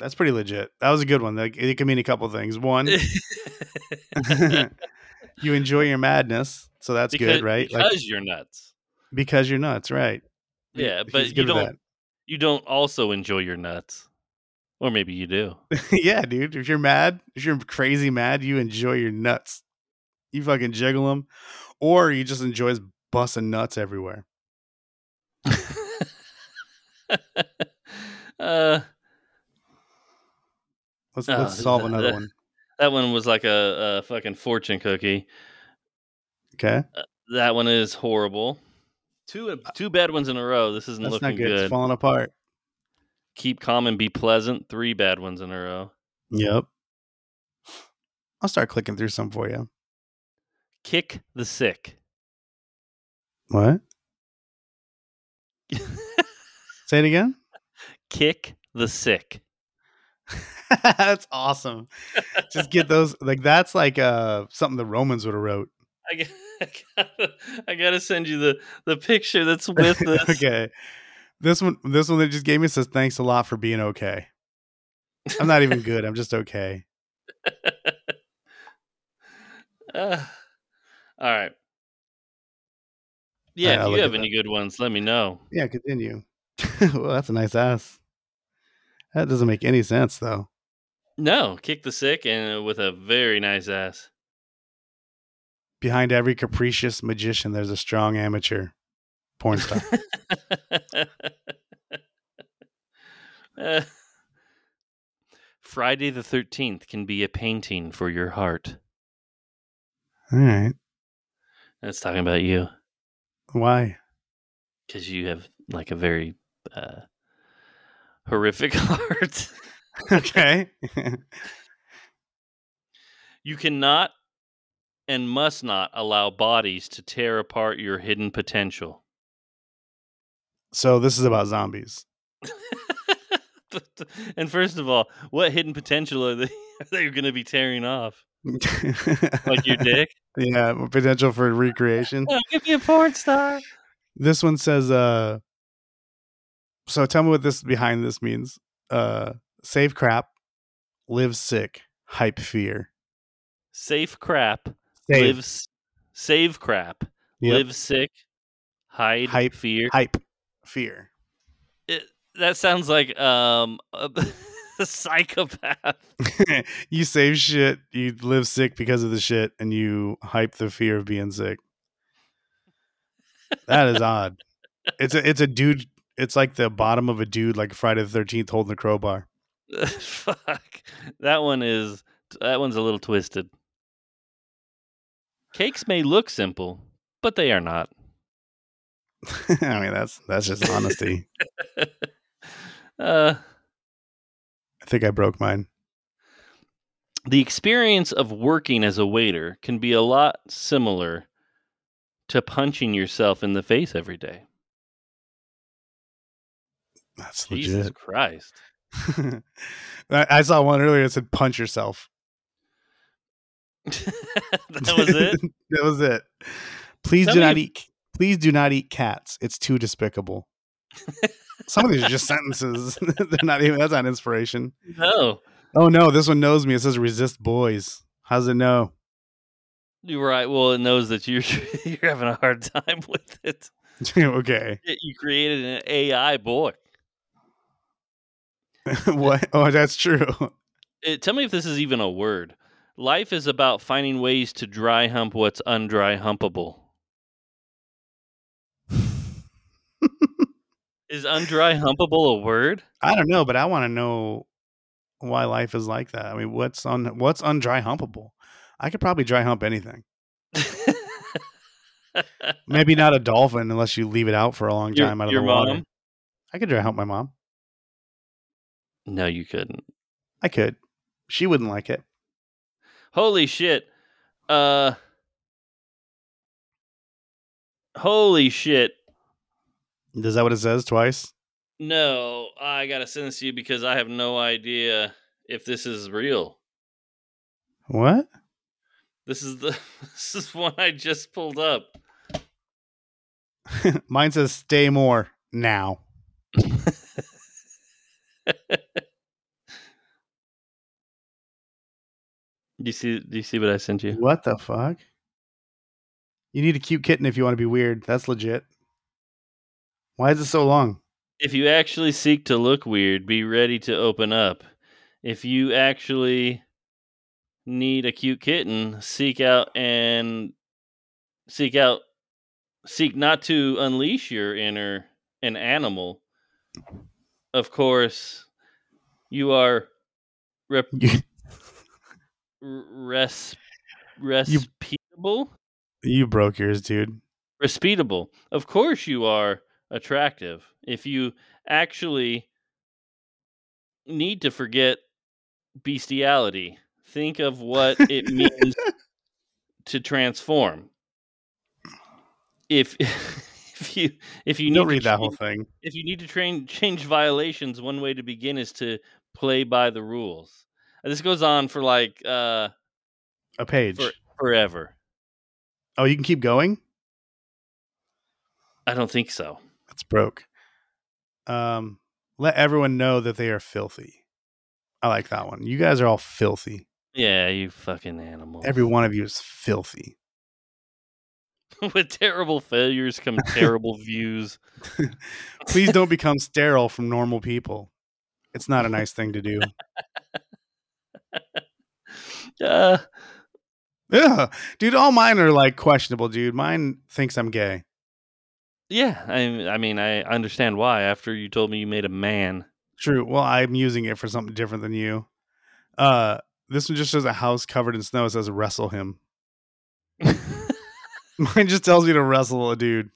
[SPEAKER 5] That's pretty legit. That was a good one. Like, It could mean a couple things. One, you enjoy your madness, so that's
[SPEAKER 4] Because-
[SPEAKER 5] good, right?
[SPEAKER 4] Because
[SPEAKER 5] Like
[SPEAKER 4] you're nuts.
[SPEAKER 5] because you're nuts, right? He-
[SPEAKER 4] Yeah,
[SPEAKER 5] he's
[SPEAKER 4] but
[SPEAKER 5] good
[SPEAKER 4] you
[SPEAKER 5] with
[SPEAKER 4] don't you don't also enjoy your nuts. Or maybe you do.
[SPEAKER 5] that. yeah, dude. If you're mad, if you're crazy mad, you enjoy your nuts. You fucking jiggle them, or you just enjoy busting nuts everywhere.
[SPEAKER 4] uh
[SPEAKER 5] Let's
[SPEAKER 4] Oh,
[SPEAKER 5] let's solve
[SPEAKER 4] the-
[SPEAKER 5] another
[SPEAKER 4] the-
[SPEAKER 5] one.
[SPEAKER 4] that one was like a, a fucking fortune cookie.
[SPEAKER 5] Okay,
[SPEAKER 4] That one is horrible. Two two bad ones in a row. This isn't
[SPEAKER 5] Uh, that's
[SPEAKER 4] looking
[SPEAKER 5] not good. It's
[SPEAKER 4] good.
[SPEAKER 5] falling apart.
[SPEAKER 4] Keep calm and be pleasant. Three bad ones in a row.
[SPEAKER 5] Yep. I'll start clicking through some for you.
[SPEAKER 4] Kick the sick.
[SPEAKER 5] What? Say it again.
[SPEAKER 4] Kick the sick.
[SPEAKER 5] that's awesome. Just get those like that's like uh something the Romans would have wrote.
[SPEAKER 4] I g- I gotta, I gotta send you the, the picture that's with this.
[SPEAKER 5] okay. This one this one they just gave me says thanks a lot for being okay. I'm not even good. I'm just okay.
[SPEAKER 4] Uh, all right. Yeah,
[SPEAKER 5] I'll
[SPEAKER 4] if
[SPEAKER 5] look
[SPEAKER 4] you
[SPEAKER 5] at
[SPEAKER 4] have
[SPEAKER 5] that.
[SPEAKER 4] any good ones, let me know.
[SPEAKER 5] Yeah, continue. well, that's a nice ass. That doesn't make any sense though.
[SPEAKER 4] No, kick the sick and uh, with a very nice ass.
[SPEAKER 5] Behind every capricious magician there's a strong amateur porn star.
[SPEAKER 4] Uh, Friday the 13th can be a painting for your heart.
[SPEAKER 5] All right.
[SPEAKER 4] That's talking about you
[SPEAKER 5] Why?
[SPEAKER 4] because you have like a very uh, horrific heart.
[SPEAKER 5] okay.
[SPEAKER 4] You cannot and must not allow bodies to tear apart your hidden potential.
[SPEAKER 5] so this is about zombies.
[SPEAKER 4] uh, and first of all, what hidden potential are they are they going to be tearing off? Like your dick?
[SPEAKER 5] Yeah, potential for recreation.
[SPEAKER 4] oh, give me a porn star.
[SPEAKER 5] This one says, uh, so tell me what this behind this means. Uh, save crap, live sick, hype fear.
[SPEAKER 4] Safe crap.
[SPEAKER 5] Save.
[SPEAKER 4] Live s- save crap.
[SPEAKER 5] Yep.
[SPEAKER 4] Live sick. Hide
[SPEAKER 5] Hype-
[SPEAKER 4] fear.
[SPEAKER 5] hype fear.
[SPEAKER 4] It- that sounds like um a, a psychopath.
[SPEAKER 5] you save shit, you live sick because of the shit, and you hype the fear of being sick. That is odd. It's a it's a dude. It's like the bottom of a dude, like Friday the Thirteenth, holding a crowbar.
[SPEAKER 4] Fuck. That one is that one's a little twisted. Cakes may look simple, but they are not.
[SPEAKER 5] I mean, that's that's just honesty.
[SPEAKER 4] Uh,
[SPEAKER 5] I think I broke mine.
[SPEAKER 4] the experience of working as a waiter can be a lot similar to punching yourself in the face every day.
[SPEAKER 5] That's
[SPEAKER 4] Jesus
[SPEAKER 5] legit.
[SPEAKER 4] Christ.
[SPEAKER 5] I I saw one earlier that said punch yourself.
[SPEAKER 4] that was it?
[SPEAKER 5] that was it. Please
[SPEAKER 4] Tell
[SPEAKER 5] do
[SPEAKER 4] me
[SPEAKER 5] not
[SPEAKER 4] if-
[SPEAKER 5] eat please do not eat cats. It's too despicable. Some of these are just sentences. They're not even that's not inspiration.
[SPEAKER 4] No.
[SPEAKER 5] Oh no, this one knows me. It says resist boys. How's it know?
[SPEAKER 4] You're right. Well, it knows that you're you're having a hard time with it.
[SPEAKER 5] okay.
[SPEAKER 4] Yet You created an AI boy.
[SPEAKER 5] what? Oh, that's true.
[SPEAKER 4] It, Eh, tell me if this is even a word. Life is about finding ways to dry hump what's undry humpable. is undry humpable a word?
[SPEAKER 5] I don't know, but I want to know why life is like that. I mean, what's on what's undry humpable? I could probably dry hump anything. Maybe not a dolphin unless you leave it out for a long
[SPEAKER 4] Your-
[SPEAKER 5] time out of
[SPEAKER 4] your
[SPEAKER 5] the water.
[SPEAKER 4] mom?
[SPEAKER 5] I could dry hump my mom.
[SPEAKER 4] no, you couldn't.
[SPEAKER 5] I could. She wouldn't like it.
[SPEAKER 4] Holy shit. Uh Holy shit.
[SPEAKER 5] Is that what it says twice?
[SPEAKER 4] No, I got to send this to you because I have no idea if this is real.
[SPEAKER 5] What?
[SPEAKER 4] This is the this is one I just pulled up.
[SPEAKER 5] Mine says stay more now.
[SPEAKER 4] Do you see do you see what I sent you?
[SPEAKER 5] What the fuck? You need a cute kitten if you want to be weird. That's legit. Why is it so long?
[SPEAKER 4] If you actually seek to look weird, be ready to open up. If you actually need a cute kitten, seek out and seek out seek not to unleash your inner an animal. Of course, you are rep-
[SPEAKER 5] You,
[SPEAKER 4] res
[SPEAKER 5] You-
[SPEAKER 4] respectable
[SPEAKER 5] you broke yours, dude.
[SPEAKER 4] respectable. Of course you are attractive. If you actually need to forget bestiality, think of what it means to transform. If if you if you need
[SPEAKER 5] Don't
[SPEAKER 4] to
[SPEAKER 5] read that whole
[SPEAKER 4] change-
[SPEAKER 5] thing.
[SPEAKER 4] if you need to train change violations, one way to begin is to play by the rules. And this goes on for like uh
[SPEAKER 5] A page.
[SPEAKER 4] for, forever.
[SPEAKER 5] oh, you can keep going?
[SPEAKER 4] I don't think so.
[SPEAKER 5] That's broke. Um, let everyone know that they are filthy. I like that one. You guys are all filthy.
[SPEAKER 4] Yeah, you fucking animal.
[SPEAKER 5] Every one of you is filthy.
[SPEAKER 4] With terrible failures come terrible views.
[SPEAKER 5] Please don't become sterile from normal people. It's not a nice thing to do.
[SPEAKER 4] Uh,
[SPEAKER 5] Ugh. Dude, all mine are like questionable, dude. Mine thinks I'm gay.
[SPEAKER 4] yeah, I, I mean, I understand why after you told me you made a man.
[SPEAKER 5] True. Well, I'm using it for something different than you. Uh, this one just shows a house covered in snow. It says wrestle him. Mine just tells me to wrestle a dude.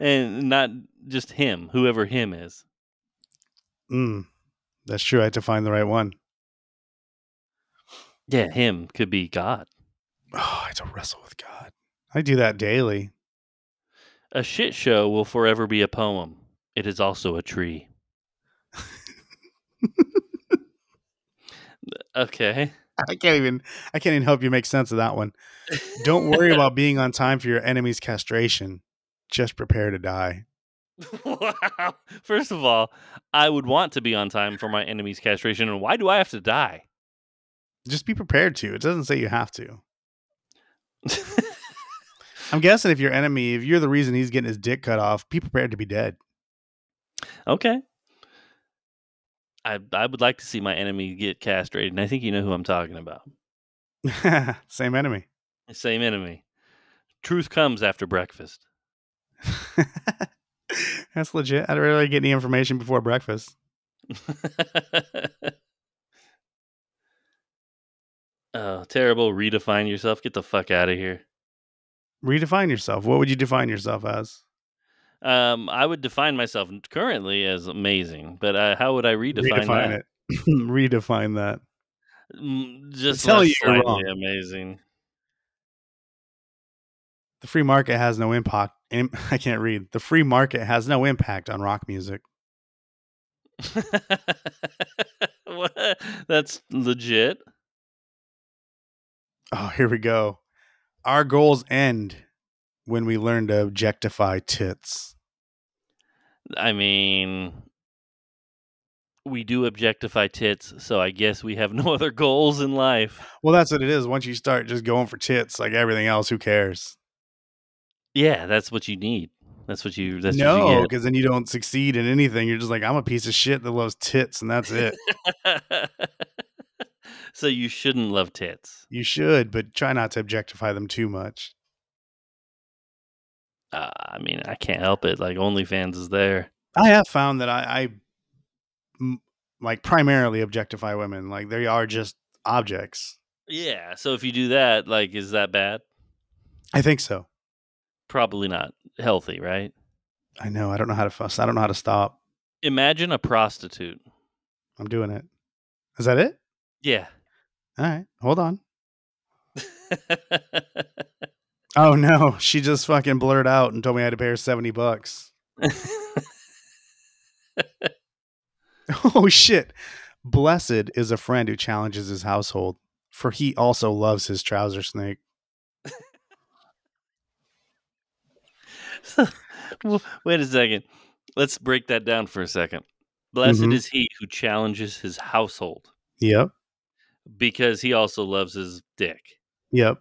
[SPEAKER 4] and not just him, whoever him is.
[SPEAKER 5] Mm, that's true. I had to find the right one.
[SPEAKER 4] Yeah, him could be God.
[SPEAKER 5] Oh, I had to wrestle with God. I do that daily.
[SPEAKER 4] A shit show will forever be a poem. It is also a tree. okay.
[SPEAKER 5] I can't even. I can't even help you make sense of that one. Don't worry about being on time for your enemy's castration. Just prepare to die.
[SPEAKER 4] wow. First of all, I would want to be on time for my enemy's castration, and why do I have to die?
[SPEAKER 5] Just be prepared to. It doesn't say you have to. I'm guessing if your enemy, if you're the reason he's getting his dick cut off, be prepared to be dead.
[SPEAKER 4] okay. I I would like to see my enemy get castrated, and I think you know who I'm talking about.
[SPEAKER 5] Same enemy.
[SPEAKER 4] The Same enemy. Truth comes after breakfast.
[SPEAKER 5] That's legit. I'd rather get any information before breakfast.
[SPEAKER 4] oh, terrible. Redefine yourself. Get the fuck out of here.
[SPEAKER 5] Redefine yourself. What would you define yourself as?
[SPEAKER 4] Um, I would define myself currently as amazing, but uh, how would I redefine, that?
[SPEAKER 5] it. redefine that.
[SPEAKER 4] Mm, just less
[SPEAKER 5] telling you you're
[SPEAKER 4] slightly
[SPEAKER 5] wrong.
[SPEAKER 4] amazing.
[SPEAKER 5] The free market has no impact. Im- I can't read. The free market has no impact on rock music.
[SPEAKER 4] What? That's legit.
[SPEAKER 5] Oh, here we go. Our goals end when we learn to objectify tits.
[SPEAKER 4] I mean, we do objectify tits, so I guess we have no other goals in life.
[SPEAKER 5] Well, that's what it is. Once you start just going for tits, like everything else, who cares?
[SPEAKER 4] Yeah, that's what you need. That's what you. That's what
[SPEAKER 5] no,
[SPEAKER 4] you
[SPEAKER 5] because then you don't succeed in anything. You're just like, I'm a piece of shit that loves tits, and that's it.
[SPEAKER 4] get. so you shouldn't love tits.
[SPEAKER 5] you should, but try not to objectify them too much.
[SPEAKER 4] Uh, I mean, I can't help it. Like OnlyFans is there.
[SPEAKER 5] I have found that I, I m- like primarily objectify women. Like they are just objects.
[SPEAKER 4] Yeah. So if you do that, like, is that bad?
[SPEAKER 5] I think so.
[SPEAKER 4] Probably not healthy, right?
[SPEAKER 5] I know. I don't know how to fuss. I don't know how to stop.
[SPEAKER 4] Imagine a prostitute.
[SPEAKER 5] I'm doing it. Is that it?
[SPEAKER 4] Yeah.
[SPEAKER 5] All right. Hold on. Oh no, she just fucking blurred out and told me I had to pay her 70 bucks. Oh shit. Blessed is a friend who challenges his household, for he also loves his trouser snake.
[SPEAKER 4] Well, Wait a second. Let's break that down for a second. Blessed
[SPEAKER 5] Mhm.
[SPEAKER 4] is he who challenges his household
[SPEAKER 5] Yep.
[SPEAKER 4] because he also loves his dick.
[SPEAKER 5] Yep.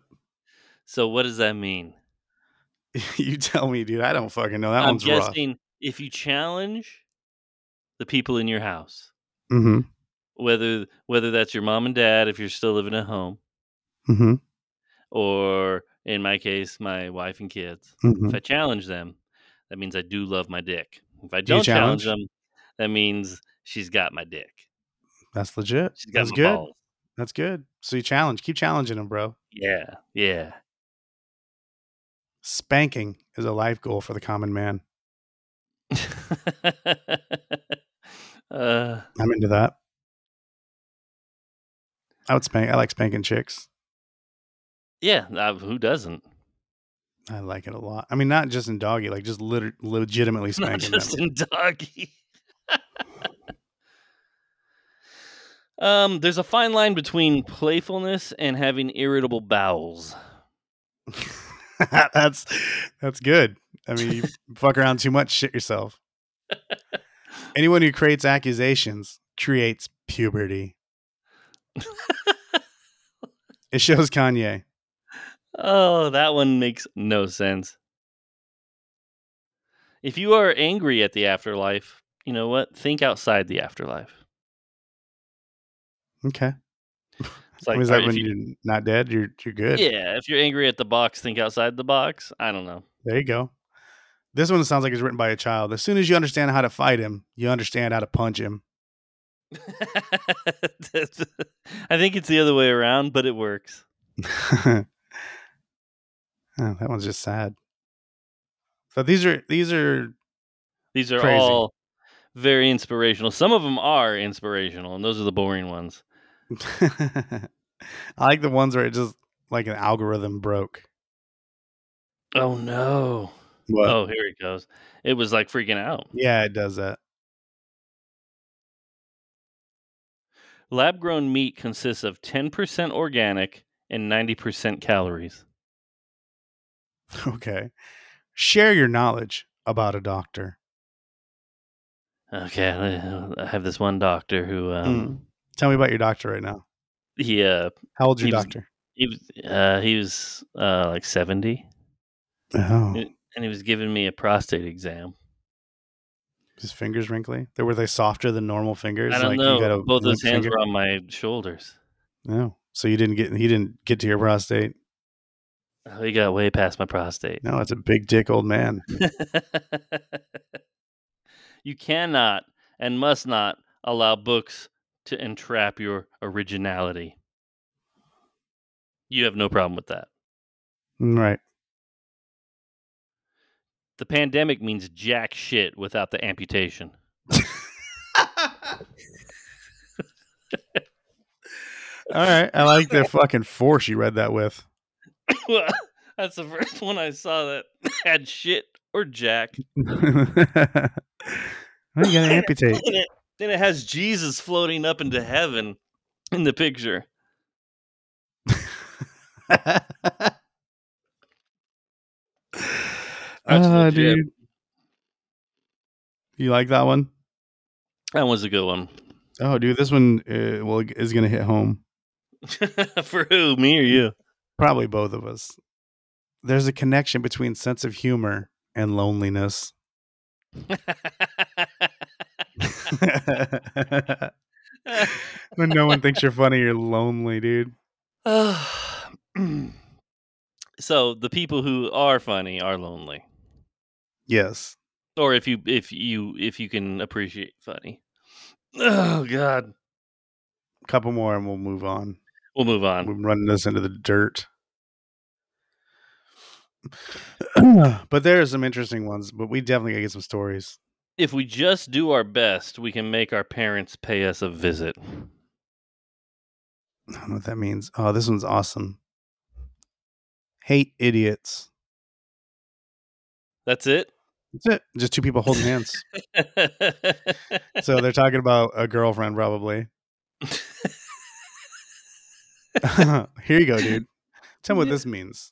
[SPEAKER 4] So what does that mean?
[SPEAKER 5] you tell me, dude. I don't fucking know. That
[SPEAKER 4] I'm
[SPEAKER 5] one's
[SPEAKER 4] guessing if you challenge the people in your house,
[SPEAKER 5] rough. Mm-hmm.
[SPEAKER 4] whether whether that's your mom and dad if you're still living at home,
[SPEAKER 5] Mm-hmm.
[SPEAKER 4] or in my case, my wife and kids.
[SPEAKER 5] mm-hmm.
[SPEAKER 4] If I challenge them, that means I do love my dick. If I
[SPEAKER 5] Do you
[SPEAKER 4] don't challenge
[SPEAKER 5] challenge?
[SPEAKER 4] them, that means she's got my dick.
[SPEAKER 5] That's legit.
[SPEAKER 4] She's got
[SPEAKER 5] That's
[SPEAKER 4] my
[SPEAKER 5] good.
[SPEAKER 4] balls.
[SPEAKER 5] That's good. So you challenge. Keep challenging him, bro.
[SPEAKER 4] Yeah, yeah.
[SPEAKER 5] Spanking is a life goal for the common man.
[SPEAKER 4] uh,
[SPEAKER 5] I'm into that. I would spank. I like spanking chicks.
[SPEAKER 4] yeah, uh, who doesn't?
[SPEAKER 5] I like it a lot. I mean, not just in doggy, like just liter- legitimately
[SPEAKER 4] Not
[SPEAKER 5] spanking
[SPEAKER 4] just
[SPEAKER 5] them.
[SPEAKER 4] in doggy. um, there's a fine line between playfulness and having irritable bowels.
[SPEAKER 5] that's that's good. I mean, you fuck around too much, shit yourself. Anyone who creates accusations creates puberty. it shows Kanye.
[SPEAKER 4] Oh, that one makes no sense. If you are angry at the afterlife, you know what? Think outside the afterlife.
[SPEAKER 5] Okay,
[SPEAKER 4] It's like,
[SPEAKER 5] what is
[SPEAKER 4] all
[SPEAKER 5] that
[SPEAKER 4] right,
[SPEAKER 5] when
[SPEAKER 4] if you-
[SPEAKER 5] you're not dead? You're you're good.
[SPEAKER 4] yeah, if you're angry at the box, think outside the box. I don't know.
[SPEAKER 5] There you go. This one sounds like it's written by a child. As soon as you understand how to fight him, you understand how to punch him.
[SPEAKER 4] That's- I think it's the other way around, but it works.
[SPEAKER 5] oh, that one's just sad. So these are these are
[SPEAKER 4] These are
[SPEAKER 5] Crazy.
[SPEAKER 4] all very inspirational. Some of them are inspirational, and those are the boring ones.
[SPEAKER 5] I like the ones where it just like an algorithm broke.
[SPEAKER 4] Oh no.
[SPEAKER 5] What?
[SPEAKER 4] Oh, here it goes. It was like freaking out.
[SPEAKER 5] Yeah, it does that.
[SPEAKER 4] Lab grown meat consists of 10% organic and 90% calories.
[SPEAKER 5] Okay. Share your knowledge about a doctor.
[SPEAKER 4] Okay, I- I have this one doctor who um
[SPEAKER 5] Tell me about your doctor right now.
[SPEAKER 4] he uh
[SPEAKER 5] How old's your
[SPEAKER 4] He was-
[SPEAKER 5] doctor?
[SPEAKER 4] he was uh he was uh like 70
[SPEAKER 5] Oh,
[SPEAKER 4] it- and he was giving me a prostate exam.
[SPEAKER 5] his fingers wrinkly. They were they softer than normal fingers?
[SPEAKER 4] I don't
[SPEAKER 5] like
[SPEAKER 4] know.
[SPEAKER 5] You got a
[SPEAKER 4] Both those
[SPEAKER 5] limp
[SPEAKER 4] hands
[SPEAKER 5] finger?
[SPEAKER 4] were on my shoulders.
[SPEAKER 5] No. So you didn't get he didn't get to your prostate.
[SPEAKER 4] Oh, he got way past my prostate.
[SPEAKER 5] No, it's a big dick old man.
[SPEAKER 4] you cannot and must not allow books to entrap your originality. You have no problem with that.
[SPEAKER 5] Mm, Right.
[SPEAKER 4] The pandemic means jack shit without the amputation.
[SPEAKER 5] All right. I like the fucking force you read that with.
[SPEAKER 4] That's the first one I saw that had shit or jack.
[SPEAKER 5] well, you gotta amputate.
[SPEAKER 4] And it, then it has Jesus floating up into heaven in the picture. That's
[SPEAKER 5] Ah,
[SPEAKER 4] legit.
[SPEAKER 5] You like that one?
[SPEAKER 4] That was a good one.
[SPEAKER 5] Oh, dude, this one uh, well is gonna hit home.
[SPEAKER 4] For who? Me or you?
[SPEAKER 5] Probably both of us. There's a connection between sense of humor and loneliness. when no one thinks you're funny, you're lonely, dude.
[SPEAKER 4] so the people who are funny are lonely,
[SPEAKER 5] Yes.
[SPEAKER 4] or if you if you if you can appreciate funny. Oh God,
[SPEAKER 5] Couple more and we'll move on.
[SPEAKER 4] we'll move on.
[SPEAKER 5] We're running this into the dirt. but there are some interesting ones, but we definitely gotta get some stories.
[SPEAKER 4] If we just do our best, we can make our parents pay us a visit.
[SPEAKER 5] I don't know what that means. Oh, this one's awesome. Hate idiots.
[SPEAKER 4] That's it.
[SPEAKER 5] That's it. Just two people holding hands. so they're talking about a girlfriend, probably. Here you go, dude. Tell me what this means.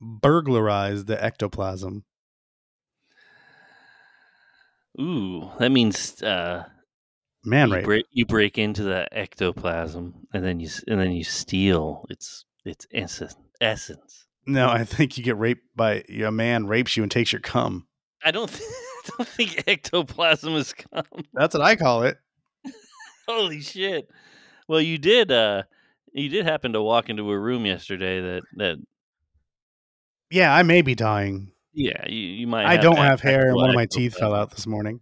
[SPEAKER 5] Burglarize the ectoplasm.
[SPEAKER 4] Ooh, that means uh,
[SPEAKER 5] Man
[SPEAKER 4] you,
[SPEAKER 5] rape.
[SPEAKER 4] break, you break into the ectoplasm and then you s- and then you steal its its essence. Essence.
[SPEAKER 5] No, I think you get raped by a man rapes you and takes your cum.
[SPEAKER 4] I don't. Th- I don't think ectoplasm has come.
[SPEAKER 5] That's what I call it.
[SPEAKER 4] Holy shit! Well, you did. Uh, you did happen to walk into a room yesterday that that.
[SPEAKER 5] Yeah, I may be dying.
[SPEAKER 4] Yeah, you, you might.
[SPEAKER 5] I don't have hair, and one of my
[SPEAKER 4] ectoplasm.
[SPEAKER 5] teeth fell out this morning.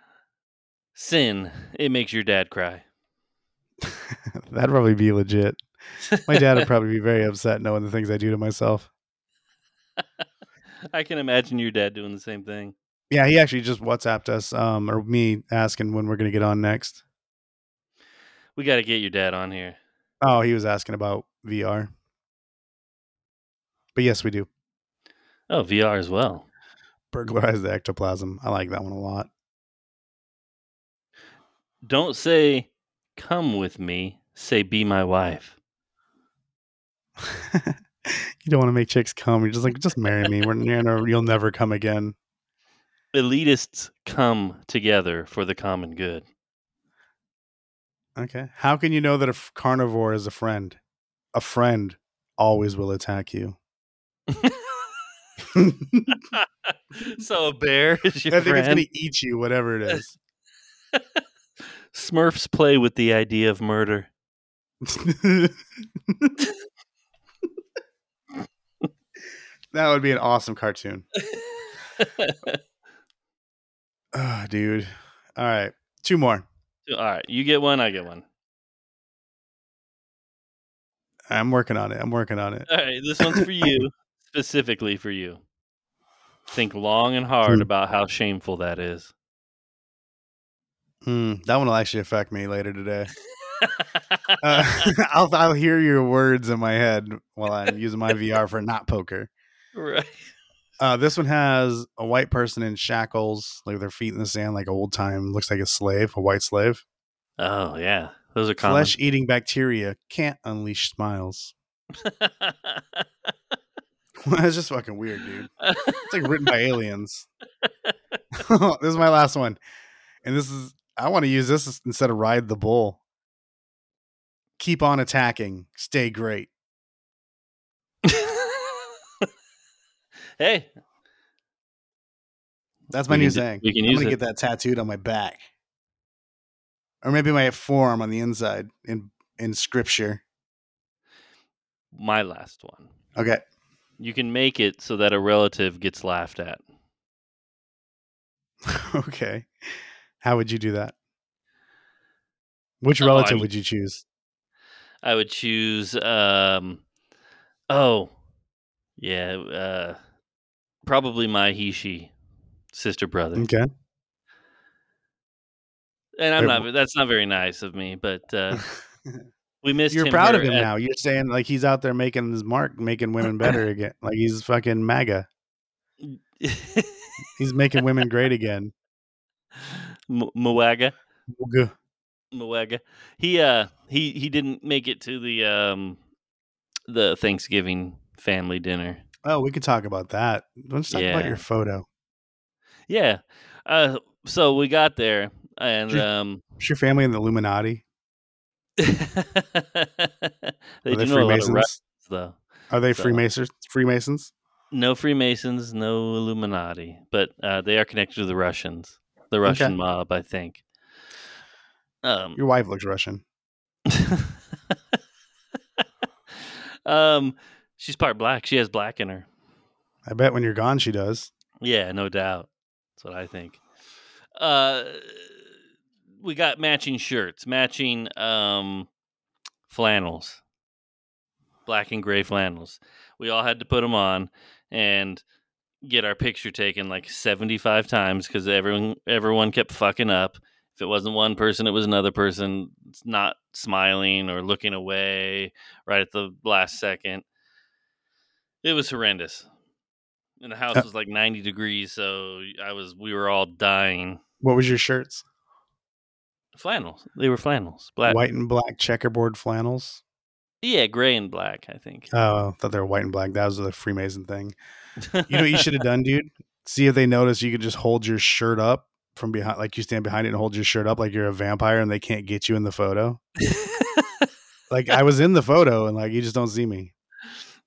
[SPEAKER 4] Sin. It makes your dad cry.
[SPEAKER 5] That'd probably be legit. My dad would probably be very upset knowing the things I do to myself.
[SPEAKER 4] I can imagine your dad doing the same thing.
[SPEAKER 5] Yeah, he actually just WhatsApped us, um, or me asking when we're gonna get on next.
[SPEAKER 4] We got to get your dad on here.
[SPEAKER 5] Oh, he was asking about VR. But yes, we do.
[SPEAKER 4] Oh, VR as well.
[SPEAKER 5] Burglarize the ectoplasm. I like that one a lot.
[SPEAKER 4] Don't say come with me. Say be my wife.
[SPEAKER 5] you don't want to make chicks come. You're just like, just marry me. We're you're never- you'll never come again.
[SPEAKER 4] Elitists come together for the common good.
[SPEAKER 5] Okay. How can you know that a f- carnivore is a friend? A friend always will attack you. I think
[SPEAKER 4] so a bear is your
[SPEAKER 5] it's
[SPEAKER 4] friend.
[SPEAKER 5] gonna eat you, whatever it is.
[SPEAKER 4] Smurfs play with the idea of murder.
[SPEAKER 5] that would be an awesome cartoon. Oh, dude. All right. Two more.
[SPEAKER 4] All right, you get one, I get one.
[SPEAKER 5] I'm working on it. I'm working on it.
[SPEAKER 4] All right, this one's for you, specifically for you. Think long and hard
[SPEAKER 5] Hmm.
[SPEAKER 4] about how shameful that is.
[SPEAKER 5] Hmm, that one will actually affect me later today. Uh, I'll, I'll hear your words in my head while I'm using my VR for not poker.
[SPEAKER 4] right.
[SPEAKER 5] Uh, this one has a white person in shackles, like with their feet in the sand, like old time. Looks like a slave, a white slave.
[SPEAKER 4] Oh yeah, those are common.
[SPEAKER 5] Flesh eating bacteria can't unleash smiles. That's just fucking weird, dude. It's like written by aliens. this is my last one. And this is, I want to use this as- instead of ride the bull. Keep on attacking. Stay great.
[SPEAKER 4] hey,
[SPEAKER 5] That's my
[SPEAKER 4] We
[SPEAKER 5] new
[SPEAKER 4] can do-
[SPEAKER 5] saying.
[SPEAKER 4] we can
[SPEAKER 5] I'm
[SPEAKER 4] use
[SPEAKER 5] going to
[SPEAKER 4] it.
[SPEAKER 5] get that tattooed on my back. Or maybe my forearm on the inside in, in scripture.
[SPEAKER 4] my last one.
[SPEAKER 5] Okay.
[SPEAKER 4] You can make it so that a relative gets laughed at.
[SPEAKER 5] okay. How would you do that? Which
[SPEAKER 4] Oh, I
[SPEAKER 5] relative
[SPEAKER 4] mean-
[SPEAKER 5] would you choose?
[SPEAKER 4] I would choose. Um, oh, yeah, uh, probably my he she sister brother.
[SPEAKER 5] Okay.
[SPEAKER 4] And I'm
[SPEAKER 5] Wait,
[SPEAKER 4] not. That's not very nice of me, but uh, we missed.
[SPEAKER 5] You're
[SPEAKER 4] him,
[SPEAKER 5] proud of
[SPEAKER 4] her
[SPEAKER 5] him
[SPEAKER 4] at-
[SPEAKER 5] now. You're saying like he's out there making his mark, making women better again. Like he's fucking MAGA. He's making women great again.
[SPEAKER 4] M- Mwaga.
[SPEAKER 5] Good.
[SPEAKER 4] Mwaga. He uh he he didn't make it to the um the Thanksgiving family dinner.
[SPEAKER 5] Oh, we could talk about that. Let's talk about
[SPEAKER 4] Yeah.
[SPEAKER 5] your photo.
[SPEAKER 4] Yeah. Uh so we got there and
[SPEAKER 5] Did-
[SPEAKER 4] um
[SPEAKER 5] Is your family in the Illuminati?
[SPEAKER 4] they
[SPEAKER 5] Are
[SPEAKER 4] do know a lot of Russians
[SPEAKER 5] Freemasons?
[SPEAKER 4] though.
[SPEAKER 5] Are they
[SPEAKER 4] So-
[SPEAKER 5] Freemasons? Freemasons?
[SPEAKER 4] no Freemasons, no Illuminati, but uh, they are connected to the Russians, the Russian mob, I think. Um,
[SPEAKER 5] Your wife looks Russian.
[SPEAKER 4] um, she's part black. She has black in her.
[SPEAKER 5] I bet when you're gone, she does.
[SPEAKER 4] Yeah, no doubt. That's what I think. Uh, we got matching shirts, matching um, flannels, black and gray flannels. We all had to put them on and get our picture taken like 75 times because everyone everyone kept fucking up. If it wasn't one person, it was another person not smiling or looking away right at the last second. It was horrendous. And the house
[SPEAKER 5] Uh-
[SPEAKER 4] was like 90 degrees, so I was we were all dying.
[SPEAKER 5] What was your shirts?
[SPEAKER 4] Flannels. They were flannels. Black.
[SPEAKER 5] White and black checkerboard flannels.
[SPEAKER 4] Yeah, gray and black, I think.
[SPEAKER 5] Oh, I thought they were white and black. That was the Freemason thing. Uh, You know what you should have done, dude? See if they notice you could just hold your shirt up from behind like you stand behind it and hold your shirt up like you're a vampire and they can't get you in the photo. Like I was in the photo and like you just don't see me.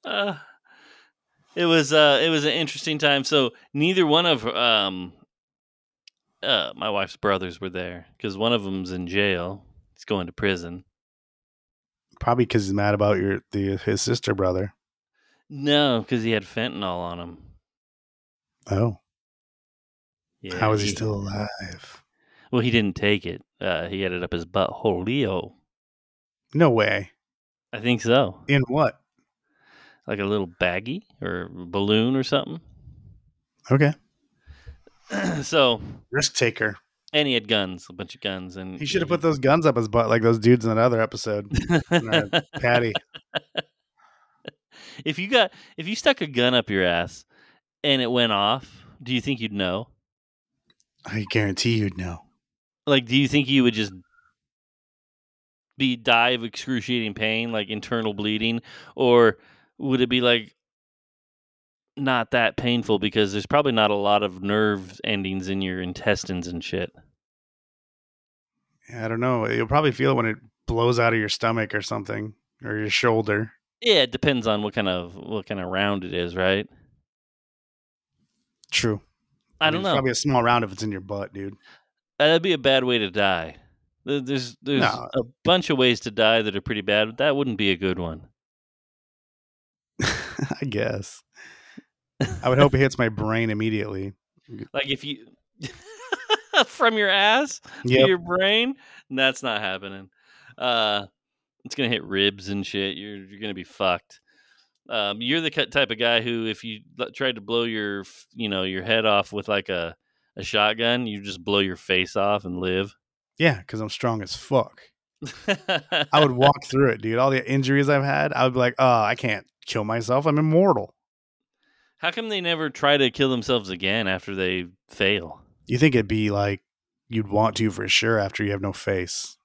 [SPEAKER 4] uh, it was uh it was an interesting time. So neither one of um uh my wife's brothers were there cuz one of them's in jail. He's going to prison.
[SPEAKER 5] Probably because he's mad about your the his sister brother.
[SPEAKER 4] No, cuz he had fentanyl on him.
[SPEAKER 5] Oh.
[SPEAKER 4] Yeah.
[SPEAKER 5] how is he still alive?
[SPEAKER 4] Well, he didn't take it. Uh he ended up his butthole Leo.
[SPEAKER 5] No way.
[SPEAKER 4] I think so.
[SPEAKER 5] In what?
[SPEAKER 4] Like a little baggie or balloon or something.
[SPEAKER 5] Okay.
[SPEAKER 4] so,
[SPEAKER 5] Risk taker.
[SPEAKER 4] and he had guns, a bunch of guns and
[SPEAKER 5] He should have put those guns up his butt like those dudes in that other episode. in our Patty.
[SPEAKER 4] if you got if you stuck a gun up your ass and it went off, do you think you'd know?
[SPEAKER 5] I guarantee you'd know.
[SPEAKER 4] Like, do you think you would just be die of excruciating pain, like internal bleeding, or would it be like not that painful because there's probably not a lot of nerve endings in your intestines and shit.
[SPEAKER 5] I don't know. You'll probably feel it when it blows out of your stomach or something or your shoulder.
[SPEAKER 4] Yeah, it depends on what kind of what kind of round it is, right?
[SPEAKER 5] True.
[SPEAKER 4] I don't
[SPEAKER 5] mean, it's
[SPEAKER 4] know.
[SPEAKER 5] Probably a small round if it's in your butt, dude.
[SPEAKER 4] That'd be a bad way to die. There- There's there's
[SPEAKER 5] No.
[SPEAKER 4] a bunch of ways to die that are pretty bad. But that wouldn't be a good one.
[SPEAKER 5] I guess. I would hope it hits my brain immediately.
[SPEAKER 4] Like if you from your ass to
[SPEAKER 5] Yep.
[SPEAKER 4] your brain, that's not happening. Uh, it's gonna hit ribs and shit. You're you're gonna be fucked. Um, you're the ki- type of guy who, if you l- tried to blow your f- you know your head off with like a a shotgun, you just blow your face off and live.
[SPEAKER 5] Yeah, because I'm strong as fuck. I would walk through it, dude. All the injuries I've had, I would be like, oh, I can't kill myself. I'm immortal.
[SPEAKER 4] How come they never try to kill themselves again after they fail?
[SPEAKER 5] You think it'd be like you'd want to for sure after you have no face.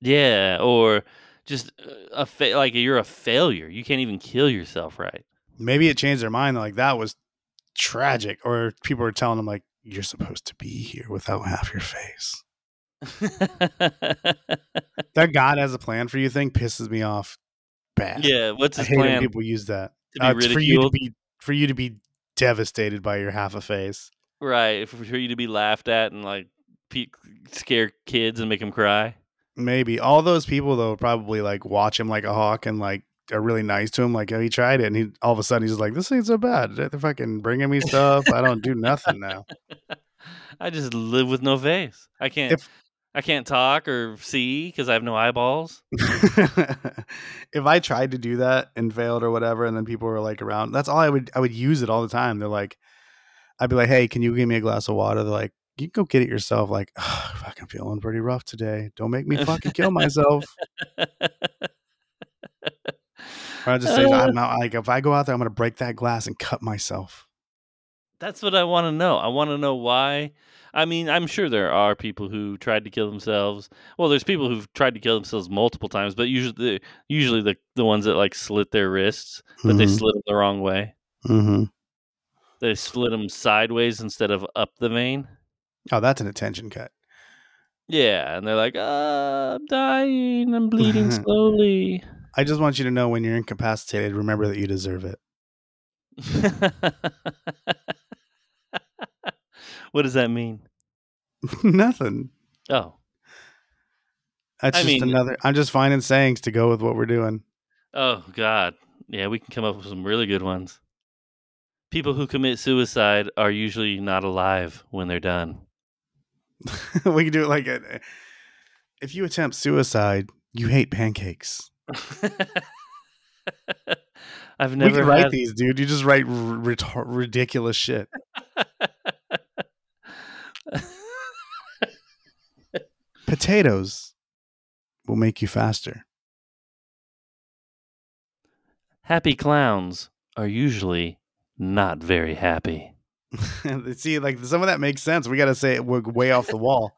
[SPEAKER 4] Yeah, or just uh, a fa- like you're a failure. You can't even kill yourself right.
[SPEAKER 5] Maybe it changed their mind. Like that was tragic, or people were telling them like you're supposed to be here without half your face. That God has a plan for you thing pisses me off bad.
[SPEAKER 4] yeah, what's
[SPEAKER 5] I
[SPEAKER 4] his
[SPEAKER 5] hate when
[SPEAKER 4] plan?
[SPEAKER 5] people use that.
[SPEAKER 4] to be
[SPEAKER 5] Uh, it's for you to
[SPEAKER 4] ridiculed,
[SPEAKER 5] be for you to be devastated by your half a face.
[SPEAKER 4] right? For you to be laughed at and like pe- scare kids and make them cry.
[SPEAKER 5] Maybe all those people though probably like watch him like a hawk and like are really nice to him. Like oh, he tried it, and he all of a sudden he's just like, this ain't so bad. They're fucking bringing me stuff. I don't do nothing now.
[SPEAKER 4] I just live with no face. I can't.
[SPEAKER 5] If-
[SPEAKER 4] I can't talk or see because I have no eyeballs.
[SPEAKER 5] if I tried to do that and failed or whatever, and then people were like around, that's all I would I would use it all the time. They're like, I'd be like, hey, can you give me a glass of water? They're like, you can go get it yourself. Like, oh, fucking feeling pretty rough today. Don't make me fucking kill myself. Or I just say,
[SPEAKER 4] Uh,
[SPEAKER 5] I'm not like if I go out there, I'm gonna break that glass and cut myself.
[SPEAKER 4] That's what I want to know. I want to know why. I mean, I'm sure there are people who tried to kill themselves. Well, there's people who've tried to kill themselves multiple times, but usually, usually the the ones that like slit their wrists, but they slit them the wrong way.
[SPEAKER 5] mm-hmm.
[SPEAKER 4] They slit them sideways instead of up the vein.
[SPEAKER 5] Oh, that's an attention cut.
[SPEAKER 4] Yeah, and they're like, "Ah, I'm dying. I'm bleeding slowly."
[SPEAKER 5] I just want you to know when you're incapacitated, remember that you deserve it.
[SPEAKER 4] what does that mean?
[SPEAKER 5] Nothing.
[SPEAKER 4] Oh,
[SPEAKER 5] That's
[SPEAKER 4] I
[SPEAKER 5] just
[SPEAKER 4] mean-
[SPEAKER 5] another. I'm just finding sayings to go with what we're doing.
[SPEAKER 4] oh God. Yeah, we can come up with some really good ones. People who commit suicide are usually not alive when they're done.
[SPEAKER 5] we can do it like a, if you attempt suicide, you hate pancakes.
[SPEAKER 4] I've
[SPEAKER 5] we
[SPEAKER 4] never
[SPEAKER 5] can write
[SPEAKER 4] had-
[SPEAKER 5] these, dude. You just write r- retar- ridiculous shit. Potatoes will make you faster.
[SPEAKER 4] happy clowns are usually not very happy.
[SPEAKER 5] See, like some of that makes sense. We got to say it we're way off the wall.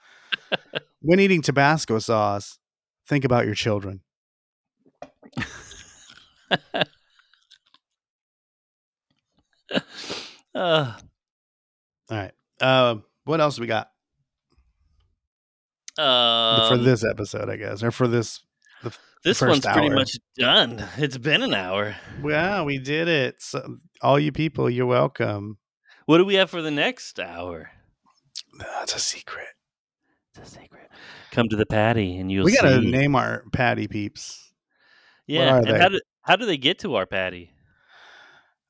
[SPEAKER 5] when eating Tabasco sauce, think about your children.
[SPEAKER 4] Uh,
[SPEAKER 5] All right. Uh, what else we got for
[SPEAKER 4] um,
[SPEAKER 5] this episode? I guess, or for this.
[SPEAKER 4] this
[SPEAKER 5] first
[SPEAKER 4] one's pretty
[SPEAKER 5] hour.
[SPEAKER 4] much done. It's been an hour.
[SPEAKER 5] Wow, we did it! So, all you people, you're welcome.
[SPEAKER 4] What do we have for the next hour?
[SPEAKER 5] That's a secret.
[SPEAKER 4] It's a secret. Come to the patty and you'll
[SPEAKER 5] we gotta
[SPEAKER 4] see.
[SPEAKER 5] name our patty peeps.
[SPEAKER 4] yeah.
[SPEAKER 5] are
[SPEAKER 4] and
[SPEAKER 5] they?
[SPEAKER 4] How, do, how do they get to our patty?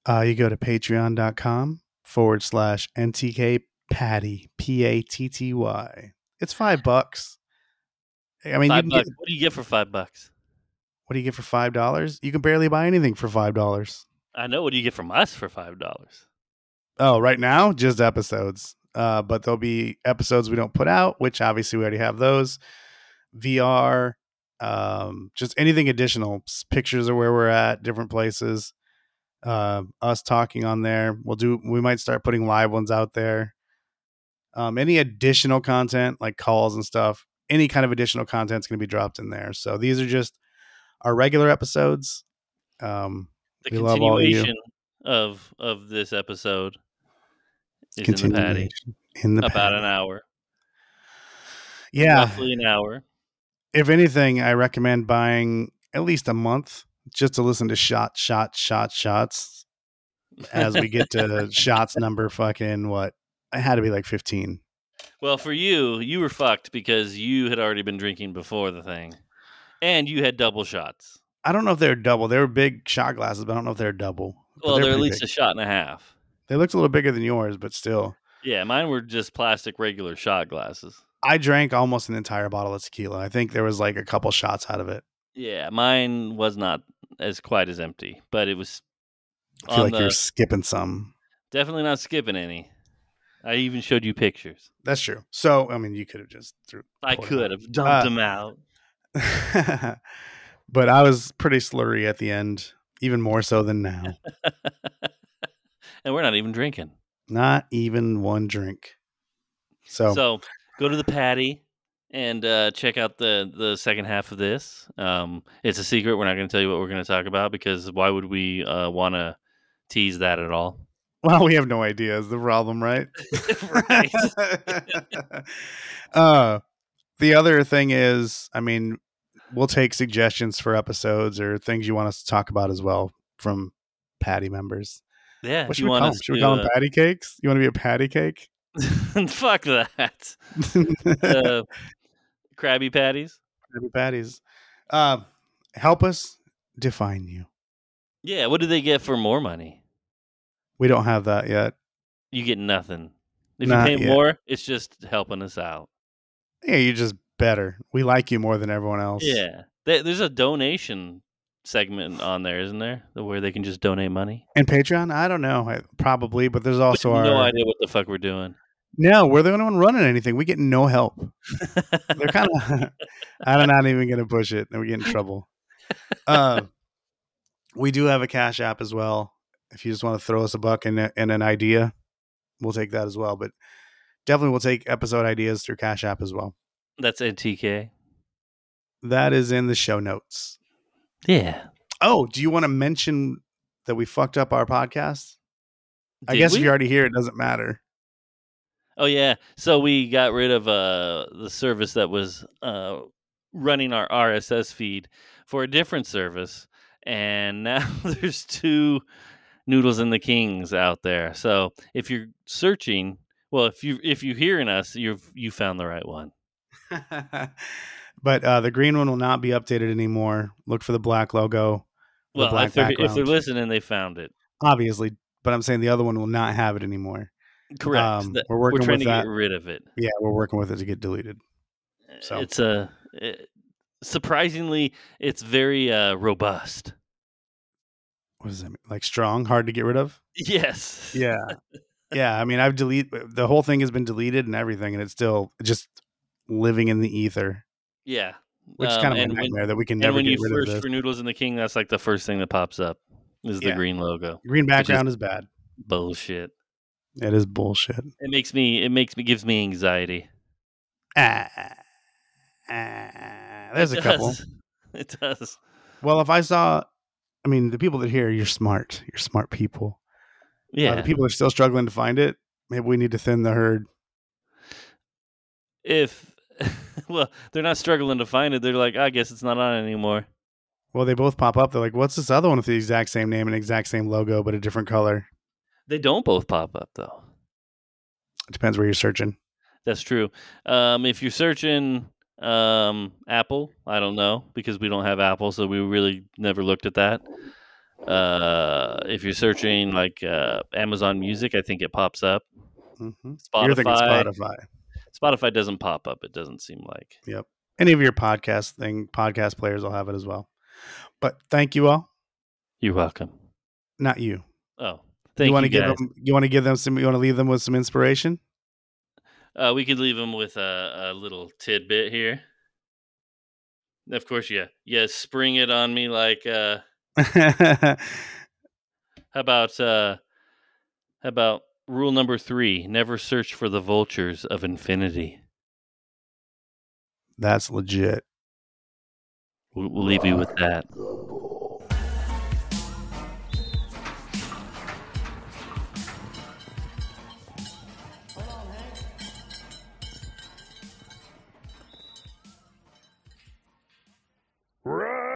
[SPEAKER 5] Uh, you go to patreon.com forward slash NTK patty, P A T T Y. It's five bucks. I mean, you
[SPEAKER 4] Five
[SPEAKER 5] can
[SPEAKER 4] bucks.
[SPEAKER 5] get,
[SPEAKER 4] What do you get for five bucks?
[SPEAKER 5] what do you get for five dollars? You can barely buy anything for five dollars.
[SPEAKER 4] I know. What do you get from us for five dollars?
[SPEAKER 5] Oh, right now, just episodes. Uh, but there'll be episodes we don't put out, which obviously we already have those. VR, um, just anything additional. S- Pictures of where we're at, different places. Uh, us talking on there. We'll do. We might start putting live ones out there. Um, any additional content like calls and stuff. Any kind of additional content's going to be dropped in there. So these are just our regular episodes. Um,
[SPEAKER 4] The
[SPEAKER 5] We love all of you.
[SPEAKER 4] continuation of of this episode is in the patty.
[SPEAKER 5] continuation in the
[SPEAKER 4] about
[SPEAKER 5] patty.
[SPEAKER 4] an hour,
[SPEAKER 5] Yeah,
[SPEAKER 4] roughly an hour.
[SPEAKER 5] if anything, I recommend buying at least a month just to listen to shot, shot, shot, shots as we get to shots number fucking what? I had to be like 15.
[SPEAKER 4] Well, for you, you were fucked because you had already been drinking before the thing, and you had double shots.
[SPEAKER 5] I don't know if they're double. They were big shot glasses, but I don't know if they're double. But
[SPEAKER 4] Well, they're, at
[SPEAKER 5] pretty
[SPEAKER 4] least
[SPEAKER 5] big.
[SPEAKER 4] a shot and a half.
[SPEAKER 5] they looked a little bigger than yours, but still.
[SPEAKER 4] Yeah, mine were just plastic regular shot glasses.
[SPEAKER 5] I drank almost an entire bottle of tequila. I think there was like a couple shots out of it.
[SPEAKER 4] Yeah, mine was not as quite as empty, but it was
[SPEAKER 5] I feel
[SPEAKER 4] on
[SPEAKER 5] like you're
[SPEAKER 4] the-
[SPEAKER 5] skipping some.
[SPEAKER 4] definitely not skipping any. I even showed you pictures.
[SPEAKER 5] That's true. So, I mean, you could have just threw
[SPEAKER 4] I
[SPEAKER 5] Poured 'em
[SPEAKER 4] could
[SPEAKER 5] out.
[SPEAKER 4] have dumped
[SPEAKER 5] Uh,
[SPEAKER 4] them out.
[SPEAKER 5] but I was pretty slurry at the end, even more so than now.
[SPEAKER 4] and we're not even drinking.
[SPEAKER 5] Not even one drink. So,
[SPEAKER 4] So go to the patty and uh, check out the the second half of this. Um, it's a secret. We're not going to tell you what we're going to talk about because why would we uh, want to tease that at all?
[SPEAKER 5] well, we have no idea is the problem, right?
[SPEAKER 4] Right.
[SPEAKER 5] uh, the other thing is, I mean, we'll take suggestions for episodes or things you want us to talk about as well from Patty members.
[SPEAKER 4] Yeah.
[SPEAKER 5] What
[SPEAKER 4] if
[SPEAKER 5] should
[SPEAKER 4] Uh, you
[SPEAKER 5] we
[SPEAKER 4] want
[SPEAKER 5] call 'em?
[SPEAKER 4] us
[SPEAKER 5] Should we
[SPEAKER 4] to,
[SPEAKER 5] call them patty cakes? You want to be a patty cake?
[SPEAKER 4] uh, fuck that. Uh, Krabby Patties.
[SPEAKER 5] Krabby Patties. Uh, help us define you.
[SPEAKER 4] Yeah. What do they get for more money?
[SPEAKER 5] We don't have that yet.
[SPEAKER 4] You get nothing. If
[SPEAKER 5] Not
[SPEAKER 4] you pay
[SPEAKER 5] yet.
[SPEAKER 4] more, it's just helping us out.
[SPEAKER 5] Yeah, you're just better. We like you more than everyone else.
[SPEAKER 4] Yeah. There- There's a donation segment on there, isn't there? Where they can just donate money.
[SPEAKER 5] And Patreon, I don't know, I- probably, but there's
[SPEAKER 4] We
[SPEAKER 5] also
[SPEAKER 4] have no
[SPEAKER 5] our
[SPEAKER 4] idea what the fuck we're doing.
[SPEAKER 5] no. We're the only one running anything. We get no help. They're kind of. I'm not even gonna push it, and we get in trouble. Uh, we do have a Cash App as well. If you just want to throw us a buck and, a- and an idea, we'll take that as well. But definitely, we'll take episode ideas through Cash App as well.
[SPEAKER 4] That's NTK.
[SPEAKER 5] That is in the show notes.
[SPEAKER 4] Yeah.
[SPEAKER 5] Oh, do you want to mention that we fucked up our podcast? I
[SPEAKER 4] Did
[SPEAKER 5] guess
[SPEAKER 4] we?
[SPEAKER 5] if you're already here, it doesn't matter.
[SPEAKER 4] Oh yeah. So we got rid of uh the service that was uh running our RSS feed for a different service, and now there's two Noodles and the Kings out there. So if you're searching, well, if you if you're hearing us, you've you found the right one.
[SPEAKER 5] but uh, the green one will not be updated anymore. Look for the black logo, the
[SPEAKER 4] Well,
[SPEAKER 5] black
[SPEAKER 4] if they're, if
[SPEAKER 5] background.
[SPEAKER 4] they're listening, they found it.
[SPEAKER 5] obviously. But I'm saying the other one will not have it anymore.
[SPEAKER 4] Correct.
[SPEAKER 5] Um,
[SPEAKER 4] That-
[SPEAKER 5] we're
[SPEAKER 4] we're
[SPEAKER 5] working
[SPEAKER 4] trying
[SPEAKER 5] with
[SPEAKER 4] to
[SPEAKER 5] that.
[SPEAKER 4] get rid of it.
[SPEAKER 5] Yeah, we're working with it to get deleted. So-
[SPEAKER 4] It's a it- surprisingly, it's very uh, robust.
[SPEAKER 5] What does that mean? Like strong, hard to get rid of.
[SPEAKER 4] Yes.
[SPEAKER 5] Yeah, yeah. I mean, I've deleted the whole thing has been deleted and everything, and it's still just living in the ether,
[SPEAKER 4] Yeah.
[SPEAKER 5] which is
[SPEAKER 4] Um,
[SPEAKER 5] kind of a
[SPEAKER 4] and when-
[SPEAKER 5] nightmare that we can
[SPEAKER 4] and
[SPEAKER 5] never
[SPEAKER 4] when you
[SPEAKER 5] get rid
[SPEAKER 4] search
[SPEAKER 5] of.
[SPEAKER 4] for
[SPEAKER 5] This.
[SPEAKER 4] Noodles and the King, that's like the first thing that pops up is the
[SPEAKER 5] Yeah.
[SPEAKER 4] green logo.
[SPEAKER 5] Green background is bad.
[SPEAKER 4] Bullshit.
[SPEAKER 5] It is bullshit.
[SPEAKER 4] It makes me. It makes me. Gives me anxiety.
[SPEAKER 5] Ah, ah, there's
[SPEAKER 4] It
[SPEAKER 5] a couple.
[SPEAKER 4] does. It does.
[SPEAKER 5] Well, if I saw, I mean, the people that hear, you're smart. You're smart people. Uh,
[SPEAKER 4] Yeah.
[SPEAKER 5] the people are still struggling to find it. Maybe we need to thin the herd.
[SPEAKER 4] if well, they're not struggling to find it. They're like, I guess it's not on anymore.
[SPEAKER 5] Well, they both pop up. They're like, what's this other one with the exact same name and exact same logo, but a different color?
[SPEAKER 4] They don't both pop up though.
[SPEAKER 5] It depends where you're searching.
[SPEAKER 4] That's true. Um, if you're searching um, Apple, I don't know because we don't have Apple, so we really never looked at that. Uh, if you're searching like uh, Amazon Music, I think it pops up.
[SPEAKER 5] Mhm. You're thinking
[SPEAKER 4] Spotify,
[SPEAKER 5] Spotify.
[SPEAKER 4] Spotify doesn't pop up. It doesn't seem like.
[SPEAKER 5] Any of your podcast thing, podcast players will have it as well. But thank you all.
[SPEAKER 4] You're welcome.
[SPEAKER 5] Not you.
[SPEAKER 4] Oh, thank
[SPEAKER 5] you
[SPEAKER 4] you,
[SPEAKER 5] want to give
[SPEAKER 4] guys.
[SPEAKER 5] them. You want to give them some. You want to leave them with some inspiration.
[SPEAKER 4] Uh, we could leave them with a, a little tidbit here. Of course, yeah, yeah. Spring it on me like. Uh, How about uh how about rule number 3, never search for the vultures of infinity.
[SPEAKER 5] That's legit.
[SPEAKER 4] We'll, we'll leave you with that.
[SPEAKER 3] Good boy.